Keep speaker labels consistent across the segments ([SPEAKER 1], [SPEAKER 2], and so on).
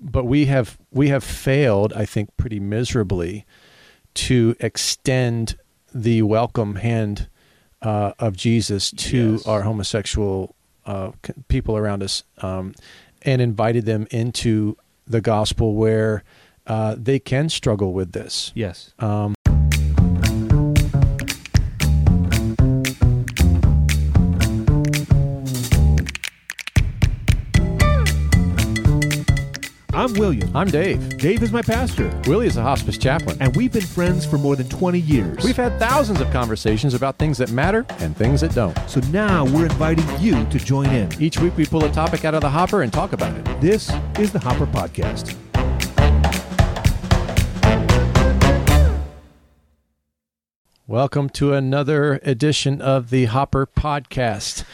[SPEAKER 1] but we have we have failed, I think, pretty miserably to extend the welcome hand uh, of Jesus to
[SPEAKER 2] Yes.
[SPEAKER 1] our homosexual uh, c- people around us, um, and invited them into the gospel where uh, they can struggle with this.
[SPEAKER 2] Yes. I'm William.
[SPEAKER 1] I'm Dave.
[SPEAKER 2] Dave is my pastor,
[SPEAKER 1] Willie is a hospice chaplain.
[SPEAKER 2] and we've been friends for more than 20 years.
[SPEAKER 1] We've had thousands of conversations about things that matter and things that don't.
[SPEAKER 2] so now we're inviting you to join in.
[SPEAKER 1] Each week we pull a topic out of the hopper and talk about it.
[SPEAKER 2] This is the Hopper Podcast.
[SPEAKER 1] Welcome to another edition of the Hopper Podcast.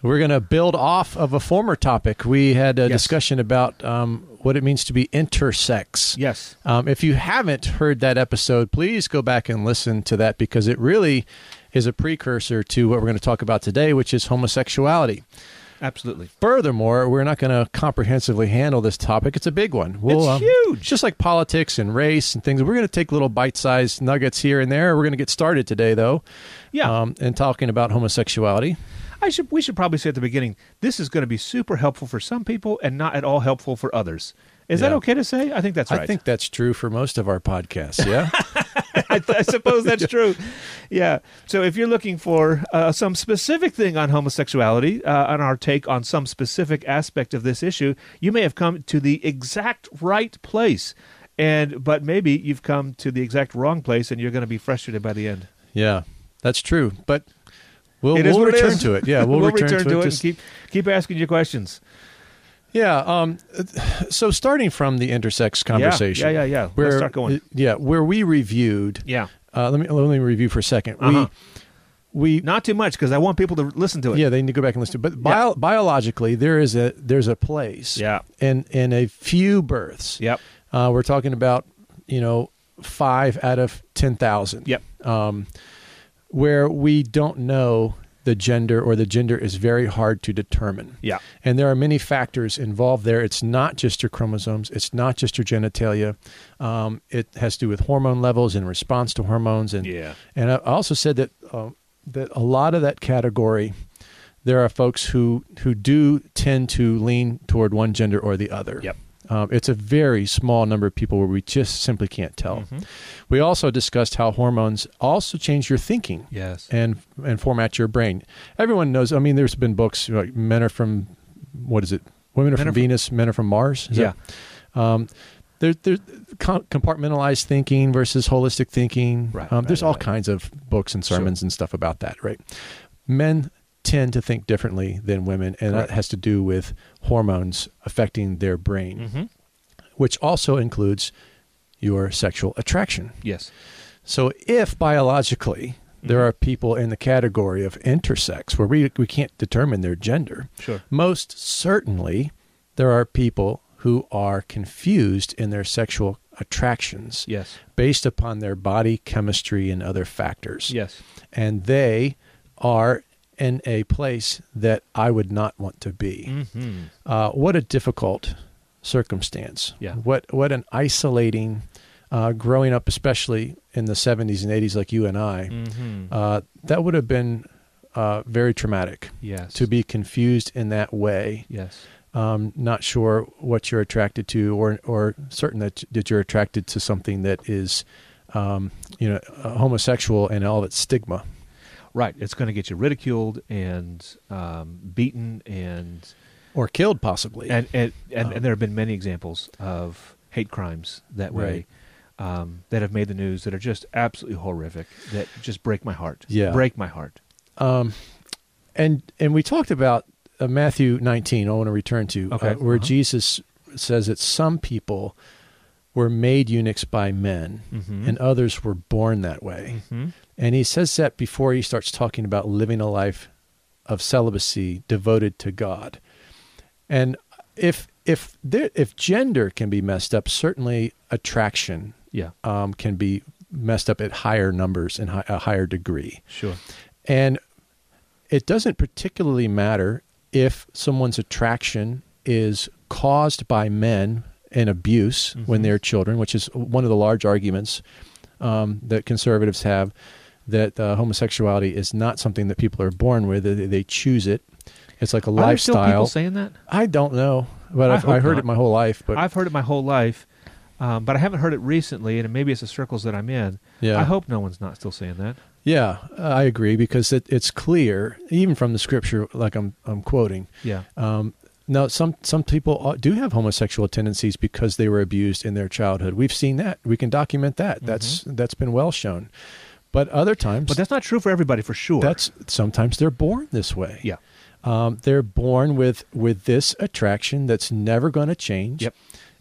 [SPEAKER 1] We're going to build off of a former topic. We had a
[SPEAKER 2] Yes.
[SPEAKER 1] discussion about um, what it means to be intersex.
[SPEAKER 2] Yes.
[SPEAKER 1] Um, if you haven't heard that episode, please go back and listen to that because it really is a precursor to what we're going to talk about today, which is homosexuality.
[SPEAKER 2] Absolutely.
[SPEAKER 1] Furthermore, we're not going to comprehensively handle this topic. It's a big one. We'll, um,
[SPEAKER 2] It's huge.
[SPEAKER 1] Just like politics and race and things, we're going to take little bite-sized nuggets here and there. We're going to get started today, though.
[SPEAKER 2] Yeah.
[SPEAKER 1] Um, and talking about homosexuality.
[SPEAKER 2] I should we should probably say at the beginning, this is going to be super helpful for some people and not at all helpful for others. Is that
[SPEAKER 1] Yeah.
[SPEAKER 2] okay to say? I think that's right.
[SPEAKER 1] I think that's true for most of our podcasts. Yeah.
[SPEAKER 2] I, th- I suppose that's true. Yeah. So if you're looking for uh, some specific thing on homosexuality uh, on our take on some specific aspect of this issue, you may have come to the exact right place. And but maybe you've come to the exact wrong place, and you're going to be frustrated by the end.
[SPEAKER 1] yeah, that's true. But we'll,
[SPEAKER 2] It is
[SPEAKER 1] we'll
[SPEAKER 2] what it
[SPEAKER 1] return
[SPEAKER 2] is.
[SPEAKER 1] to it. Yeah, we'll, return, to, it.
[SPEAKER 2] and
[SPEAKER 1] Just-
[SPEAKER 2] keep keep asking your questions.
[SPEAKER 1] Yeah. Um, so starting from the intersex conversation.
[SPEAKER 2] yeah, yeah. Let's
[SPEAKER 1] Where,
[SPEAKER 2] start going.
[SPEAKER 1] Yeah, where we reviewed.
[SPEAKER 2] Yeah,
[SPEAKER 1] Uh, let me let me review for a 2nd We
[SPEAKER 2] Uh-huh.
[SPEAKER 1] we
[SPEAKER 2] not too much because I want people to listen to it.
[SPEAKER 1] yeah they need to go back and listen. But bio, biologically, there is a there's a place.
[SPEAKER 2] Yeah.
[SPEAKER 1] And and a few births.
[SPEAKER 2] Yep.
[SPEAKER 1] Uh, we're talking about you know five out of ten thousand.
[SPEAKER 2] Yep.
[SPEAKER 1] Um, where we don't know the gender or the gender is very hard to determine.
[SPEAKER 2] Yeah.
[SPEAKER 1] And there are many factors involved there. It's not just your chromosomes, it's not just your genitalia. Um, it has to do with hormone levels in response to hormones. And,
[SPEAKER 2] Yeah.
[SPEAKER 1] and I also said that, uh, that a lot of that category, there are folks who, who do tend to lean toward one gender or the other.
[SPEAKER 2] Yep.
[SPEAKER 1] Um, it's a very small number of people where we just simply can't tell.
[SPEAKER 2] Mm-hmm.
[SPEAKER 1] We also discussed how hormones also change your thinking
[SPEAKER 2] Yes.
[SPEAKER 1] and and format your brain. Everyone knows. I mean, there's been books you know, like men are from what is it? Women are
[SPEAKER 2] Men
[SPEAKER 1] from
[SPEAKER 2] are from-
[SPEAKER 1] Venus. Men are from Mars. Is
[SPEAKER 2] yeah.
[SPEAKER 1] that- um, there, there's com- compartmentalized thinking versus holistic thinking.
[SPEAKER 2] Right,
[SPEAKER 1] um,
[SPEAKER 2] right,
[SPEAKER 1] there's all
[SPEAKER 2] right.
[SPEAKER 1] kinds of books and sermons and stuff about that. Right. Men tend to think differently than women, and
[SPEAKER 2] Correct.
[SPEAKER 1] that has to do with hormones affecting their brain,
[SPEAKER 2] Mhm.
[SPEAKER 1] which also includes your sexual attraction.
[SPEAKER 2] Yes.
[SPEAKER 1] So if biologically there are people in the category of intersex where we, we can't determine their gender,
[SPEAKER 2] Sure.
[SPEAKER 1] most certainly there are people who are confused in their sexual attractions
[SPEAKER 2] Yes.
[SPEAKER 1] based upon their body chemistry and other factors.
[SPEAKER 2] Yes.
[SPEAKER 1] And they are in a place that I would not want to be.
[SPEAKER 2] Mm-hmm.
[SPEAKER 1] Uh, what a difficult circumstance.
[SPEAKER 2] Yeah.
[SPEAKER 1] What what an isolating. Uh, growing up, especially in the 70s and 80s, like you and I,
[SPEAKER 2] Mm-hmm.
[SPEAKER 1] uh, that would have been uh, very traumatic
[SPEAKER 2] yes.
[SPEAKER 1] to be confused in that way.
[SPEAKER 2] Yes.
[SPEAKER 1] Um, not sure what you're attracted to, or or certain that that you're attracted to something that is, um, you know, uh, homosexual and all of its stigma.
[SPEAKER 2] Right. It's going to get you ridiculed and um, beaten, and
[SPEAKER 1] Or killed, possibly.
[SPEAKER 2] and and, and,
[SPEAKER 1] Um,
[SPEAKER 2] and there have been many examples of hate crimes that way. Um, that have made the news that are just absolutely horrific that just break my heart
[SPEAKER 1] Yeah.
[SPEAKER 2] break my heart
[SPEAKER 1] um, and and we talked about uh, Matthew 19. I want to return to uh,
[SPEAKER 2] Okay.
[SPEAKER 1] where
[SPEAKER 2] Uh-huh.
[SPEAKER 1] Jesus says that some people were made eunuchs by men,
[SPEAKER 2] Mhm.
[SPEAKER 1] and others were born that way.
[SPEAKER 2] hmm
[SPEAKER 1] And he says that before he starts talking about living a life of celibacy devoted to God. And if if there, if gender can be messed up, certainly attraction
[SPEAKER 2] yeah
[SPEAKER 1] um, can be messed up at higher numbers and hi- a higher degree.
[SPEAKER 2] sure
[SPEAKER 1] And it doesn't particularly matter if someone's attraction is caused by men and abuse
[SPEAKER 2] Mm-hmm.
[SPEAKER 1] when they're children, which is one of the large arguments um, that conservatives have that uh, homosexuality is not something that people are born with; they, they choose it. It's like a
[SPEAKER 2] Are there still people
[SPEAKER 1] lifestyle.
[SPEAKER 2] saying that?
[SPEAKER 1] I don't know, but
[SPEAKER 2] I
[SPEAKER 1] I've,
[SPEAKER 2] hope
[SPEAKER 1] I heard
[SPEAKER 2] not.
[SPEAKER 1] it my whole life. But
[SPEAKER 2] I've heard it my whole life, um, but I haven't heard it recently, and maybe it's the circles that I'm in.
[SPEAKER 1] yeah,
[SPEAKER 2] I hope no one's not still saying that.
[SPEAKER 1] yeah, I agree because it, it's clear, even from the scripture, like I'm I'm quoting.
[SPEAKER 2] Yeah.
[SPEAKER 1] Um, now, some some people uh, do have homosexual tendencies because they were abused in their childhood. We've seen that. We can document that. That's that's been well shown. But other times,
[SPEAKER 2] Mm-hmm. But that's not true for everybody, for sure.
[SPEAKER 1] that's sometimes they're born this way.
[SPEAKER 2] yeah.
[SPEAKER 1] um, they're born with with this attraction that's never going to change.
[SPEAKER 2] Yep.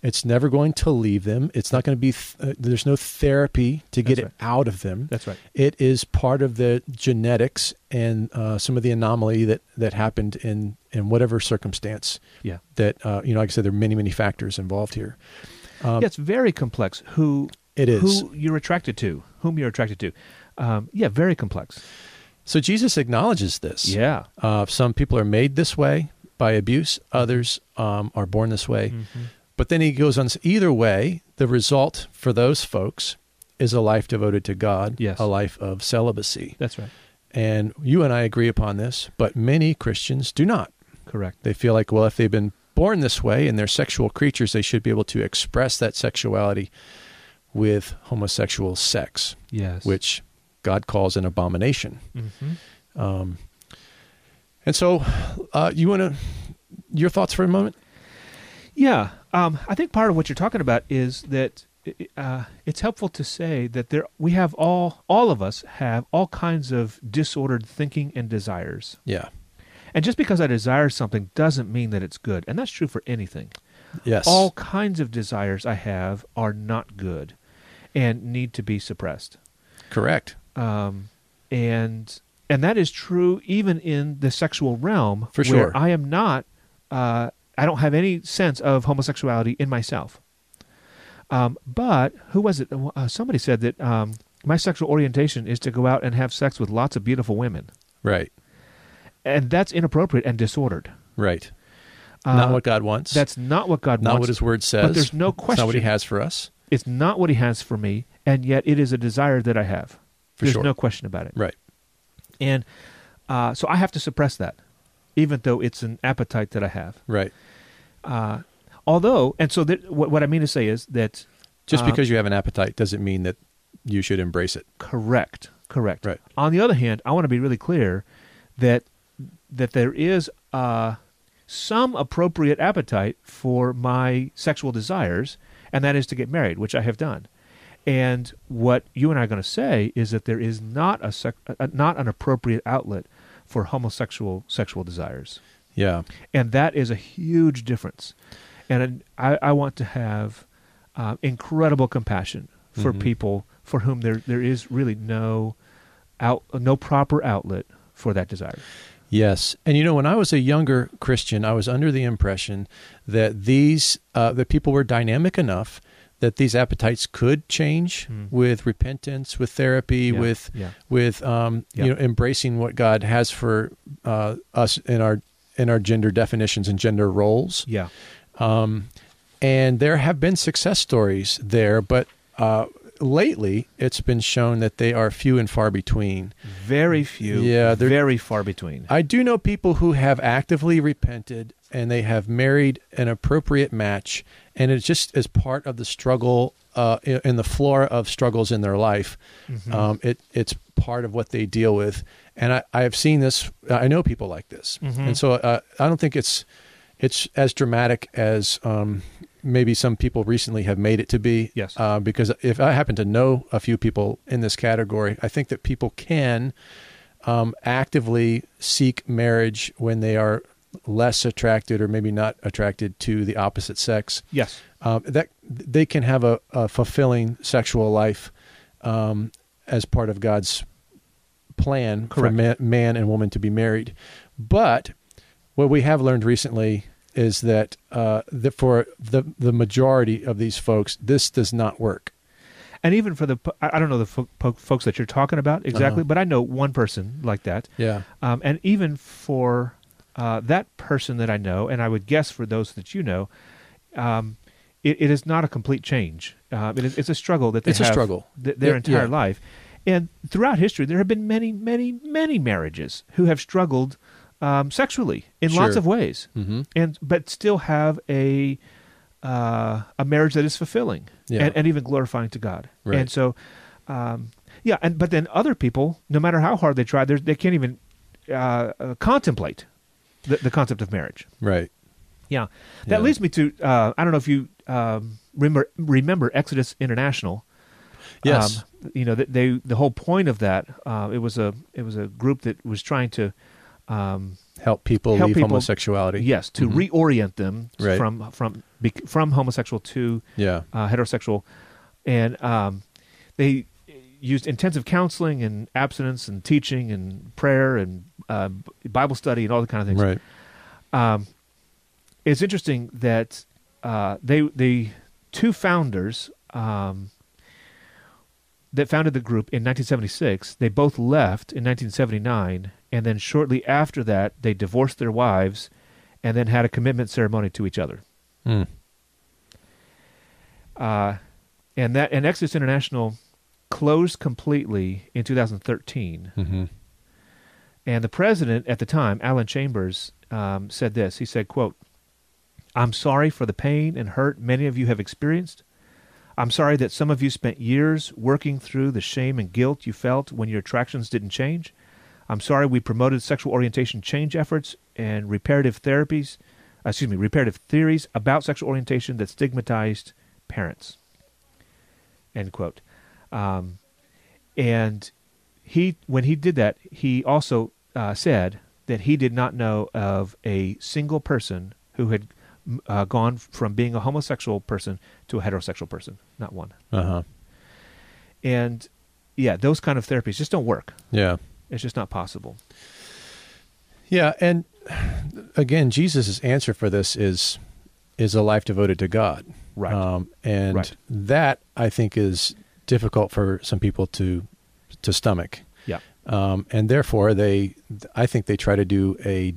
[SPEAKER 1] It's never going to leave them. It's not going to be. Th- uh, there's no therapy to get
[SPEAKER 2] That's
[SPEAKER 1] it out of them.
[SPEAKER 2] That's right.
[SPEAKER 1] It is part of the genetics and uh, some of the anomaly that that happened in in whatever circumstance
[SPEAKER 2] Yeah.
[SPEAKER 1] that uh, you know, like I said, there are many, many factors involved here. Um,
[SPEAKER 2] yeah, it's very complex who
[SPEAKER 1] It is.
[SPEAKER 2] who you're attracted to, whom you're attracted to. Um, yeah, very complex.
[SPEAKER 1] So Jesus acknowledges this.
[SPEAKER 2] Yeah.
[SPEAKER 1] Uh, some people are made this way by abuse;
[SPEAKER 2] Mm-hmm.
[SPEAKER 1] others um, are born this way. But then he goes on. s- Either way, the result for those folks is a life devoted to God.
[SPEAKER 2] Yes.
[SPEAKER 1] A life of celibacy.
[SPEAKER 2] That's right.
[SPEAKER 1] And you and I agree upon this, but many Christians do not.
[SPEAKER 2] Correct.
[SPEAKER 1] They feel like, well, if they've been born this way and they're sexual creatures, they should be able to express that sexuality with homosexual sex,
[SPEAKER 2] Yes.
[SPEAKER 1] which God calls an abomination.
[SPEAKER 2] Mhm.
[SPEAKER 1] Um, and so, uh, you want to your thoughts for a moment?
[SPEAKER 2] Yeah, um, I think part of what you're talking about is that uh, it's helpful to say that there we have all all of us have all kinds of disordered thinking and desires,
[SPEAKER 1] Yeah.
[SPEAKER 2] and just because I desire something doesn't mean that it's good, and that's true for anything.
[SPEAKER 1] Yes.
[SPEAKER 2] All kinds of desires I have are not good, and need to be suppressed.
[SPEAKER 1] correct.
[SPEAKER 2] um, and and that is true even in the sexual realm
[SPEAKER 1] For
[SPEAKER 2] where
[SPEAKER 1] sure.
[SPEAKER 2] I am not uh, I don't have any sense of homosexuality in myself um, but who was it uh, somebody said that um, my sexual orientation is to go out and have sex with lots of beautiful women
[SPEAKER 1] Right.
[SPEAKER 2] and that's inappropriate and disordered
[SPEAKER 1] Right.
[SPEAKER 2] uh,
[SPEAKER 1] not what God wants.
[SPEAKER 2] that's not what God
[SPEAKER 1] not
[SPEAKER 2] wants
[SPEAKER 1] what His Word says.
[SPEAKER 2] but there's no
[SPEAKER 1] It's not what He
[SPEAKER 2] question.
[SPEAKER 1] has for us.
[SPEAKER 2] it's not what he has for me and yet it is a desire that I have
[SPEAKER 1] For
[SPEAKER 2] there's
[SPEAKER 1] sure.
[SPEAKER 2] no question about it
[SPEAKER 1] Right.
[SPEAKER 2] And uh, so I have to suppress that, even though it's an appetite that I have.
[SPEAKER 1] Right.
[SPEAKER 2] Uh, although, and so that, what, what I mean to say is that
[SPEAKER 1] Just
[SPEAKER 2] Uh,
[SPEAKER 1] because you have an appetite doesn't mean that you should embrace it.
[SPEAKER 2] correct, correct.
[SPEAKER 1] Right.
[SPEAKER 2] On the other hand, I want to be really clear that that there is uh, some appropriate appetite for my sexual desires, and that is to get married, which I have done. And what you and I are going to say is that there is not a, sec- uh not an appropriate outlet for homosexual sexual desires.
[SPEAKER 1] Yeah.
[SPEAKER 2] and that is a huge difference. And I, I want to have uh, incredible compassion for
[SPEAKER 1] Mhm.
[SPEAKER 2] people for whom there there is really no out no proper outlet for that desire.
[SPEAKER 1] Yes, and you know, when I was a younger Christian, I was under the impression that these uh, that people were dynamic enough that these appetites could change
[SPEAKER 2] Hmm.
[SPEAKER 1] with repentance, with therapy,
[SPEAKER 2] Yeah,
[SPEAKER 1] with
[SPEAKER 2] yeah.
[SPEAKER 1] with um,
[SPEAKER 2] Yeah.
[SPEAKER 1] you know embracing what God has for uh, us in our in our gender definitions and gender roles.
[SPEAKER 2] Yeah,
[SPEAKER 1] And there have been success stories there, but uh, lately it's been shown that they are few and far between.
[SPEAKER 2] very few.
[SPEAKER 1] Mm, Yeah, they're-
[SPEAKER 2] very far between.
[SPEAKER 1] I do know people who have actively repented and they have married an appropriate match, and it just is part of the struggle uh, in in the flora of struggles in their life. Um, it it's part of what they deal with, and I I have seen this. I know people like this, and so uh, I don't think it's it's as dramatic as. Um, Maybe some people recently have made it to be.
[SPEAKER 2] Yes.
[SPEAKER 1] Uh, because if I happen to know a few people in this category, I think that people can um, actively seek marriage when they are less attracted or maybe not attracted to the opposite sex.
[SPEAKER 2] yes,
[SPEAKER 1] Um, that they can have a, a fulfilling sexual life um, as part of God's plan for
[SPEAKER 2] Correct.
[SPEAKER 1] man, man and woman to be married. But what we have learned recently is that uh, the, for the the majority of these folks, this does not work.
[SPEAKER 2] and even for the po- I I don't know the fo- po- folks that you're talking
[SPEAKER 1] Uh-huh.
[SPEAKER 2] about exactly, but I know one person like that.
[SPEAKER 1] Yeah.
[SPEAKER 2] Um, and even for uh, that person that I know, and I would guess for those that you know, um, it, it is not a complete change. Uh, it is, it's a struggle that they
[SPEAKER 1] It's a
[SPEAKER 2] have
[SPEAKER 1] struggle.
[SPEAKER 2] th- their
[SPEAKER 1] Yeah,
[SPEAKER 2] entire
[SPEAKER 1] yeah.
[SPEAKER 2] life. And throughout history, there have been many, many, many marriages who have struggled um, sexually in lots
[SPEAKER 1] Sure.
[SPEAKER 2] of ways,
[SPEAKER 1] Mm-hmm.
[SPEAKER 2] and but still have a uh, a marriage that is fulfilling
[SPEAKER 1] Yeah.
[SPEAKER 2] and, and even glorifying to God.
[SPEAKER 1] Right.
[SPEAKER 2] And so, um, yeah, and but then other people, no matter how hard they try, they're- they can't even uh, uh, contemplate the, the concept of marriage.
[SPEAKER 1] Right.
[SPEAKER 2] Yeah, that
[SPEAKER 1] Yeah.
[SPEAKER 2] leads me to uh, I don't know if you um, remember remember Exodus International.
[SPEAKER 1] Yes.
[SPEAKER 2] um, you know th- they the whole point of that uh, it was a it was a group that was trying to um,
[SPEAKER 1] help people
[SPEAKER 2] help
[SPEAKER 1] leave
[SPEAKER 2] people-
[SPEAKER 1] homosexuality.
[SPEAKER 2] yes to
[SPEAKER 1] Mhm.
[SPEAKER 2] reorient them
[SPEAKER 1] Right.
[SPEAKER 2] from from bec- from homosexual to
[SPEAKER 1] Yeah.
[SPEAKER 2] uh, heterosexual, and um, they used intensive counseling and abstinence and teaching and prayer and uh, B- Bible study and all the kind of things.
[SPEAKER 1] Right.
[SPEAKER 2] Um, it's interesting that uh, they the two founders um, that founded the group in 1976 they both left in 1979 and then shortly after that they divorced their wives and then had a commitment ceremony to each other
[SPEAKER 1] Mm.
[SPEAKER 2] uh, and that and Exodus International closed completely in 2013
[SPEAKER 1] hmm
[SPEAKER 2] And the president at the time, Alan Chambers, um, said this. He said, "Quote: I'm sorry for the pain and hurt many of you have experienced. I'm sorry that some of you spent years working through the shame and guilt you felt when your attractions didn't change. I'm sorry we promoted sexual orientation change efforts and reparative therapies, uh, excuse me, reparative theories about sexual orientation that stigmatized parents." End quote. Um, and he when he did that he also uh, said that he did not know of a single person who had m- uh, gone from being a homosexual person to a heterosexual person not one
[SPEAKER 1] Uh huh.
[SPEAKER 2] and yeah those kind of therapies just don't work
[SPEAKER 1] Yeah.
[SPEAKER 2] it's just not possible
[SPEAKER 1] Yeah, and again, Jesus' answer for this is is a life devoted to God,
[SPEAKER 2] right
[SPEAKER 1] um, and
[SPEAKER 2] Right.
[SPEAKER 1] that I think is difficult for some people to to stomach,
[SPEAKER 2] yeah
[SPEAKER 1] um, and therefore they, I think they try to do a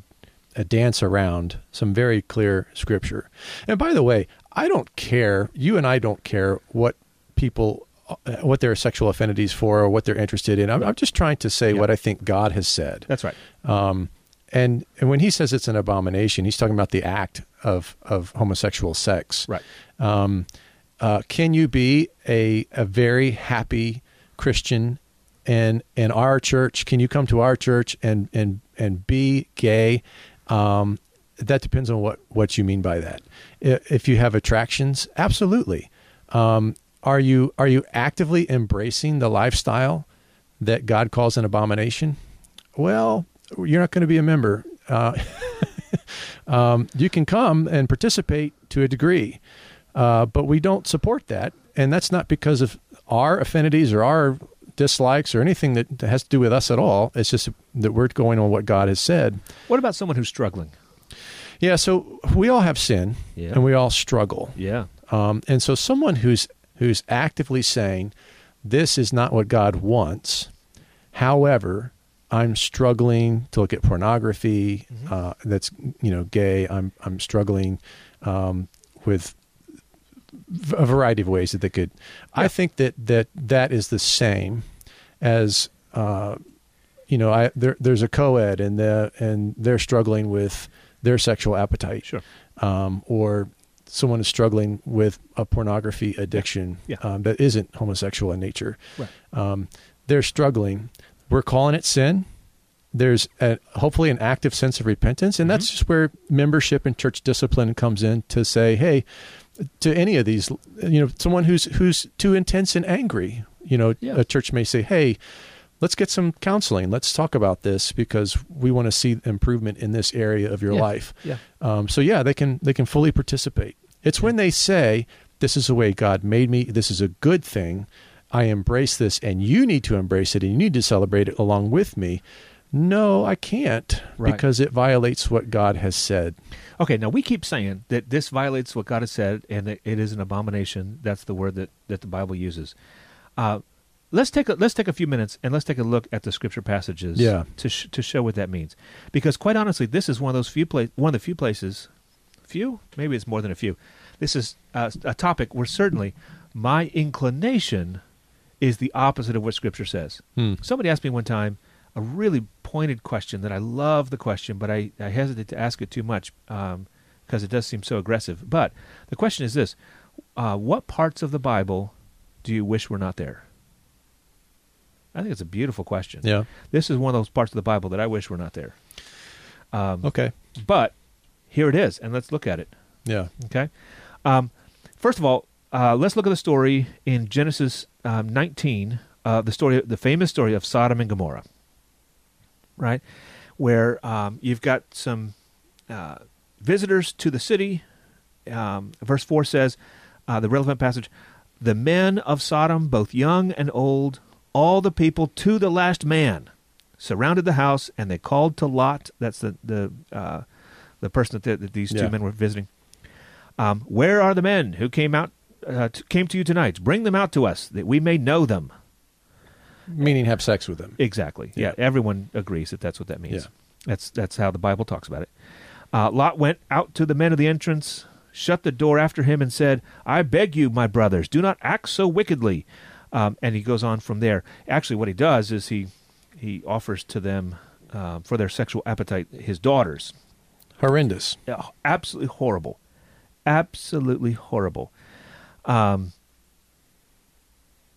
[SPEAKER 1] a dance around some very clear scripture. And by the way, I don't care. You and I don't care what people uh, what their sexual affinities for or what they're interested in. I'm, I'm just trying to say
[SPEAKER 2] Yeah.
[SPEAKER 1] what I think God has said.
[SPEAKER 2] that's right
[SPEAKER 1] Um, and and when he says it's an abomination, he's talking about the act of of homosexual sex.
[SPEAKER 2] right
[SPEAKER 1] Um, uh, can you be a a very happy Christian? And in our church, can you come to our church and and and be gay? Um, that depends on what what you mean by that. I- If you have attractions, absolutely. Um, are you are you actively embracing the lifestyle that God calls an abomination? Well, you're not going to be a member. Uh, um, you can come and participate to a degree, uh, but we don't support that, and that's not because of our affinities or our dislikes or anything that that has to do with us at all. It's just that we're going on what God has said.
[SPEAKER 2] what about someone who's struggling
[SPEAKER 1] Yeah, so we all have sin,
[SPEAKER 2] Yeah.
[SPEAKER 1] and we all struggle.
[SPEAKER 2] yeah
[SPEAKER 1] Um, and so someone who's who's actively saying, "This is not what God wants," however, I'm struggling to look at pornography uh, that's you know gay. I'm I'm struggling um, with v- a variety of ways that they could. I think that that that is the same as. Uh, you know, I there, there's a co-ed and the and they're struggling with their sexual appetite
[SPEAKER 2] sure
[SPEAKER 1] um, or someone is struggling with a pornography addiction
[SPEAKER 2] Yeah.
[SPEAKER 1] Um, that isn't homosexual in nature.
[SPEAKER 2] right
[SPEAKER 1] Um, they're struggling. We're calling it sin. There's a, hopefully an active sense of repentance, and
[SPEAKER 2] Mm-hmm.
[SPEAKER 1] that's just where membership and church discipline comes in to say, hey, to any of these, you know, someone who's who's too intense and angry, you know,
[SPEAKER 2] Yeah.
[SPEAKER 1] a church may say, hey. Let's get some counseling. Let's talk about this because we want to see improvement in this area of your
[SPEAKER 2] Yeah.
[SPEAKER 1] life.
[SPEAKER 2] yeah
[SPEAKER 1] Um, so yeah, they can they can fully participate. It's when they say, "This is the way God made me. This is a good thing. I embrace this, and you need to embrace it, and you need to celebrate it along with me." No, I can't
[SPEAKER 2] Right.
[SPEAKER 1] because it violates what God has said.
[SPEAKER 2] okay now we keep saying that this violates what god has said and that it is an abomination that's the word that, that the bible uses uh, let's take a let's take a few minutes and let's take a look at the scripture passages
[SPEAKER 1] Yeah.
[SPEAKER 2] to, sh- to show what that means because quite honestly this is one of those few pla- one of the few places few maybe it's more than a few This is uh, a topic where certainly my inclination is the opposite of what Scripture says.
[SPEAKER 1] Hmm.
[SPEAKER 2] Somebody asked me one time a really pointed question that I love the question, but I, I hesitate to ask it too much because it does seem so aggressive. But the question is this uh, What parts of the Bible do you wish were not there? I think it's a beautiful question.
[SPEAKER 1] Yeah.
[SPEAKER 2] This is one of those parts of the Bible that I wish were not there. Um,
[SPEAKER 1] Okay.
[SPEAKER 2] But here it is, and let's look at it.
[SPEAKER 1] Yeah.
[SPEAKER 2] Okay. Um, first of all, uh, let's look at the story in Genesis um, 19, uh, the story, the famous story of Sodom and Gomorrah, right, where um, you've got some uh, visitors to the city. Um, verse four says, uh, the relevant passage: the men of Sodom, both young and old, all the people to the last man, surrounded the house, and they called to Lot. That's the the uh, the person that, that these two
[SPEAKER 1] Yeah.
[SPEAKER 2] men were visiting. Um, Where are the men who came out uh, t- came to you tonight? Bring them out to us that we may know them.
[SPEAKER 1] Meaning have sex with them.
[SPEAKER 2] Exactly. Yeah. Everyone agrees that that's what that means.
[SPEAKER 1] Yeah.
[SPEAKER 2] That's that's how the Bible talks about it. Uh, Lot went out to the men of the entrance, shut the door after him, and said, "I beg you, my brothers, do not act so wickedly." Um, and he goes on from there. Actually, what he does is he he offers to them uh, for their sexual appetite his daughters.
[SPEAKER 1] Horrendous.
[SPEAKER 2] Yeah, absolutely horrible, absolutely horrible. Um,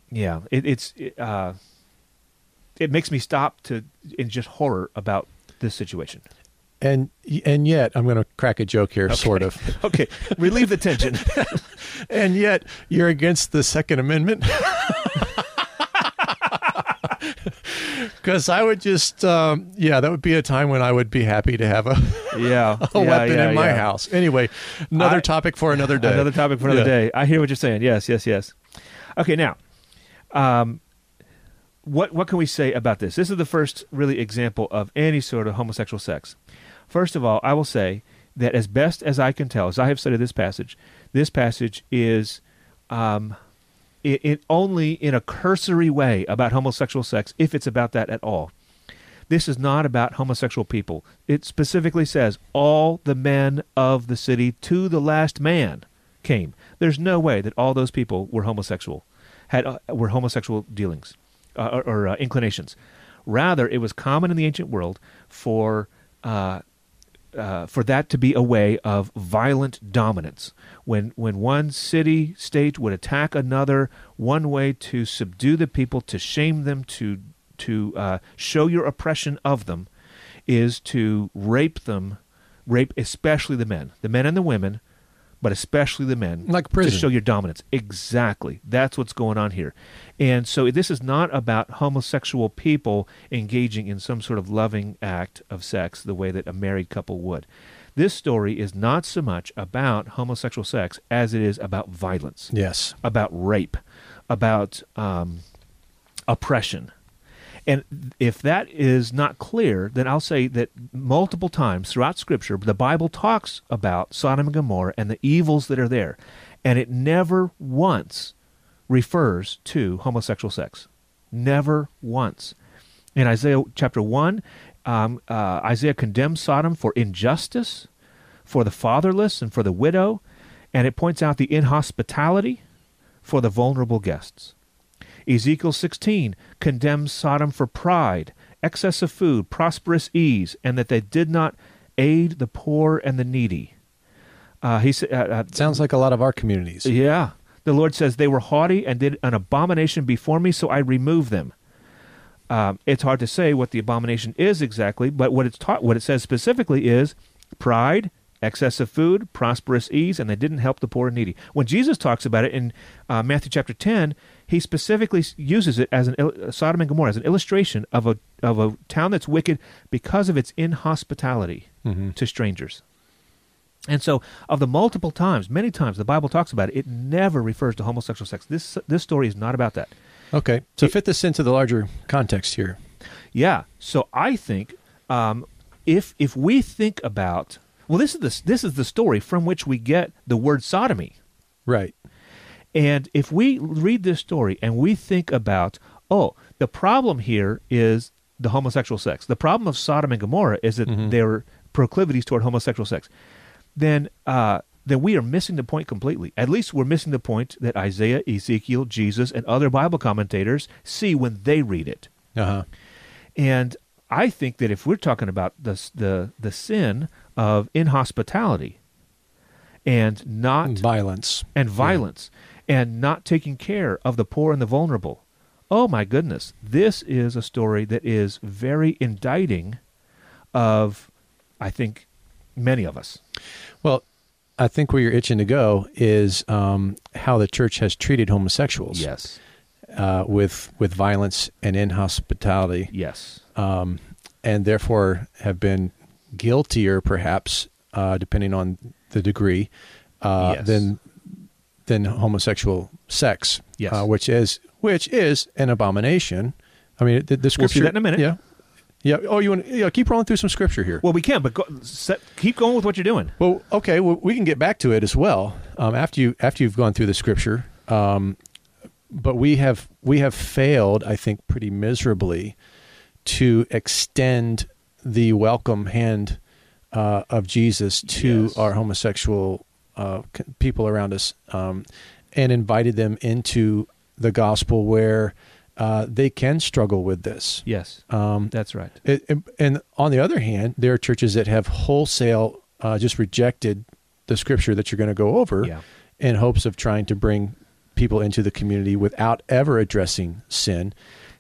[SPEAKER 2] yeah, it, it's it, uh, it makes me stop to in just horror about this situation.
[SPEAKER 1] And and yet I'm going to crack a joke here, sort of.
[SPEAKER 2] Okay, relieve the tension.
[SPEAKER 1] And yet you're against the Second Amendment. Because I would just, um, yeah, that would be a time when I would be happy to have a,
[SPEAKER 2] yeah,
[SPEAKER 1] a
[SPEAKER 2] yeah,
[SPEAKER 1] weapon
[SPEAKER 2] yeah,
[SPEAKER 1] in my
[SPEAKER 2] yeah.
[SPEAKER 1] house. Anyway, another
[SPEAKER 2] I-
[SPEAKER 1] topic for another day.
[SPEAKER 2] Another topic for another
[SPEAKER 1] Yeah.
[SPEAKER 2] day. I hear what you're saying. Yes, yes, yes. Okay, now, um, what what can we say about this? This is the first really example of any sort of homosexual sex. First of all, I will say that as best as I can tell, as I have studied this passage, this passage is. Um, it, it only in a cursory way about homosexual sex, if it's about that at all. This is not about homosexual people. It specifically says all the men of the city to the last man came. There's no way that all those people were homosexual, had uh, were homosexual dealings uh, or, or uh, inclinations. Rather, it was common in the ancient world for uh, uh, for that to be a way of violent dominance. When when one city state would attack another, one way to subdue the people, to shame them, to to uh, show your oppression of them, is to rape them, rape especially the men, the men and the women, but especially the men.
[SPEAKER 1] Like
[SPEAKER 2] To
[SPEAKER 1] prison.
[SPEAKER 2] show your dominance. Exactly. That's what's going on here. And so this is not about homosexual people engaging in some sort of loving act of sex the way that a married couple would. This story is not so much about homosexual sex as it is about violence
[SPEAKER 1] Yes.
[SPEAKER 2] about rape, about um, oppression. And if that is not clear, then I'll say that multiple times throughout Scripture, the Bible talks about Sodom and Gomorrah and the evils that are there. And it never once refers to homosexual sex. Never once. In Isaiah chapter 1, um, uh, Isaiah condemns Sodom for injustice, for the fatherless, and for the widow. And it points out the inhospitality for the vulnerable guests. Ezekiel 16 condemns Sodom for pride, excess of food, prosperous ease, and that they did not aid the poor and the needy. Uh, he sa- uh, uh,
[SPEAKER 1] Sounds like a lot of our communities.
[SPEAKER 2] yeah. The Lord says, They were haughty and did an abomination before me, so I removed them. Um, it's hard to say what the abomination is exactly, but what it's taught, what it says specifically is pride, excess of food, prosperous ease, and they didn't help the poor and needy. When Jesus talks about it in uh, Matthew chapter ten, he specifically s- uses it as an il- uh, Sodom and Gomorrah as an illustration of a of a town that's wicked because of its inhospitality to strangers. And so, of the multiple times, many times the Bible talks about it, it never refers to homosexual sex. This this story is not about that.
[SPEAKER 1] Okay. To fit this into the larger context here.
[SPEAKER 2] Yeah. So I think um, if if we think about well, this is the this is the story from which we get the word sodomy.
[SPEAKER 1] Right.
[SPEAKER 2] And if we read this story and we think about, oh, the problem here is the homosexual sex. The problem of Sodom and Gomorrah is that their proclivities toward homosexual sex. Then uh, then we are missing the point completely. At least we're missing the point that Isaiah, Ezekiel, Jesus, and other Bible commentators see when they read it.
[SPEAKER 1] Uh-huh.
[SPEAKER 2] And I think that if we're talking about the the the sin of inhospitality and
[SPEAKER 1] Hmm.
[SPEAKER 2] not
[SPEAKER 1] Violence.
[SPEAKER 2] and violence and not taking care of the poor and the vulnerable. Oh my goodness. This is a story that is very indicting of I think many of us.
[SPEAKER 1] Well, I think where you're itching to go is um, how the church has treated homosexuals
[SPEAKER 2] Yes.
[SPEAKER 1] uh, with with violence and inhospitality,
[SPEAKER 2] Yes.
[SPEAKER 1] um, and therefore have been guiltier, perhaps, uh, depending on the degree, uh,
[SPEAKER 2] Yes.
[SPEAKER 1] than than homosexual sex,
[SPEAKER 2] Yes.
[SPEAKER 1] uh, which is which is an abomination. I mean, the, the
[SPEAKER 2] We'll
[SPEAKER 1] scripture.
[SPEAKER 2] see that in a minute.
[SPEAKER 1] Yeah. Yeah. Oh, you want? Yeah. Keep rolling through some scripture here.
[SPEAKER 2] Well, we can, but go, set, keep going with what you're doing.
[SPEAKER 1] Well, okay, well, we can get back to it as well um, after you after you've gone through the scripture. Um, but we have we have failed, I think, pretty miserably to extend the welcome hand uh, of Jesus to
[SPEAKER 2] Yes.
[SPEAKER 1] our homosexual uh, c- people around us, um, and invited them into the gospel where uh, they can struggle with this.
[SPEAKER 2] Yes.
[SPEAKER 1] Um,
[SPEAKER 2] That's right.
[SPEAKER 1] it, and- and on the other hand, there are churches that have wholesale uh, just rejected the scripture that you're going to go over
[SPEAKER 2] Yeah.
[SPEAKER 1] in hopes of trying to bring people into the community without ever addressing sin.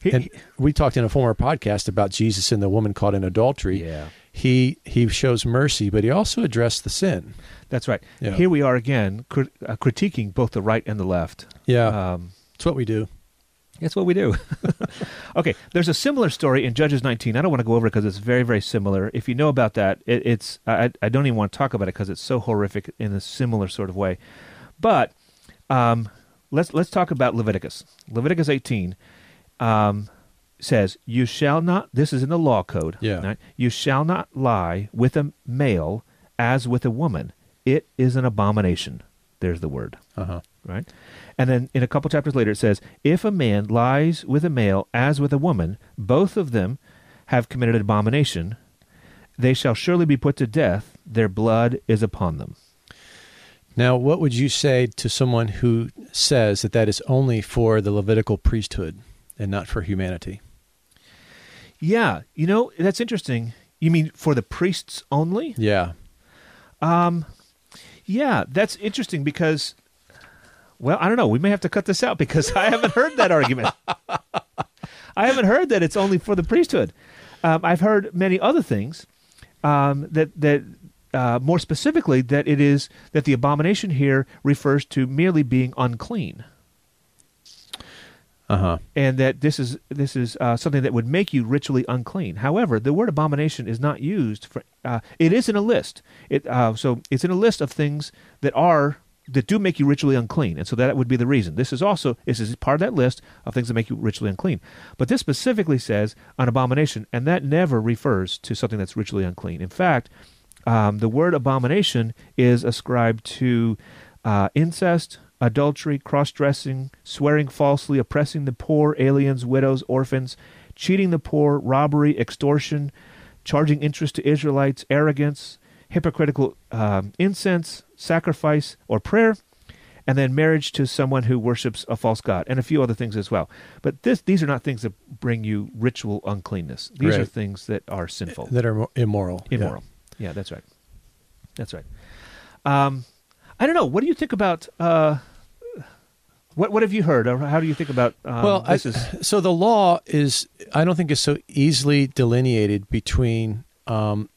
[SPEAKER 2] He-
[SPEAKER 1] and
[SPEAKER 2] he-
[SPEAKER 1] we talked in a former podcast about Jesus and the woman caught in adultery.
[SPEAKER 2] Yeah.
[SPEAKER 1] He he shows mercy, but he also addressed the sin.
[SPEAKER 2] That's right.
[SPEAKER 1] Yeah.
[SPEAKER 2] Here we are again crit- uh, critiquing both the right and the left.
[SPEAKER 1] Yeah,
[SPEAKER 2] Um,
[SPEAKER 1] it's what we do.
[SPEAKER 2] That's what we do. okay, there's a similar story in Judges 19. I don't want to go over it because it's very, very similar. If you know about that, it, it's I, I don't even want to talk about it because it's so horrific in a similar sort of way. But um, let's let's talk about Leviticus. Leviticus 18 um, says, "You shall not." This is in the law code.
[SPEAKER 1] Yeah.
[SPEAKER 2] You shall not lie with a male as with a woman. It is an abomination. There's the word
[SPEAKER 1] Uh-huh.
[SPEAKER 2] right? And then in a couple chapters later, it says, If a man lies with a male as with a woman, both of them have committed an abomination. They shall surely be put to death. Their blood is upon them.
[SPEAKER 1] Now, what would you say to someone who says that that is only for the Levitical priesthood and not for humanity?
[SPEAKER 2] Yeah, you know, that's interesting. You mean for the priests only?
[SPEAKER 1] Yeah,
[SPEAKER 2] Um, yeah, that's interesting because, well, I don't know. We may have to cut this out because I haven't heard that argument. I haven't heard that it's only for the priesthood. Um, I've heard many other things um, that that uh, more specifically that it is that the abomination here refers to merely being unclean,
[SPEAKER 1] uh huh.
[SPEAKER 2] and that this is this is uh, something that would make you ritually unclean. However, the word abomination is not used for. Uh, it is in a list. It uh, so it's in a list of things that are that do make you ritually unclean, and so that would be the reason. This is also this is part of that list of things that make you ritually unclean. But this specifically says an abomination, and that never refers to something that's ritually unclean. In fact, um, the word abomination is ascribed to uh, incest, adultery, cross dressing, swearing falsely, oppressing the poor, aliens, widows, orphans, cheating the poor, robbery, extortion, charging interest to Israelites, arrogance, hypocritical um, incense, sacrifice, or prayer. And then marriage to someone who worships a false god, and a few other things as well. But this, these are not things that bring you ritual uncleanness. These
[SPEAKER 1] Right.
[SPEAKER 2] are things that are sinful
[SPEAKER 1] That are mo- immoral. Yeah.
[SPEAKER 2] immoral. Yeah, that's right. That's right. Um, I don't know. What do you think about uh, what? What have you heard, or how do you think about? Um,
[SPEAKER 1] well, I,
[SPEAKER 2] this is
[SPEAKER 1] so the law is I don't think is so easily delineated between um,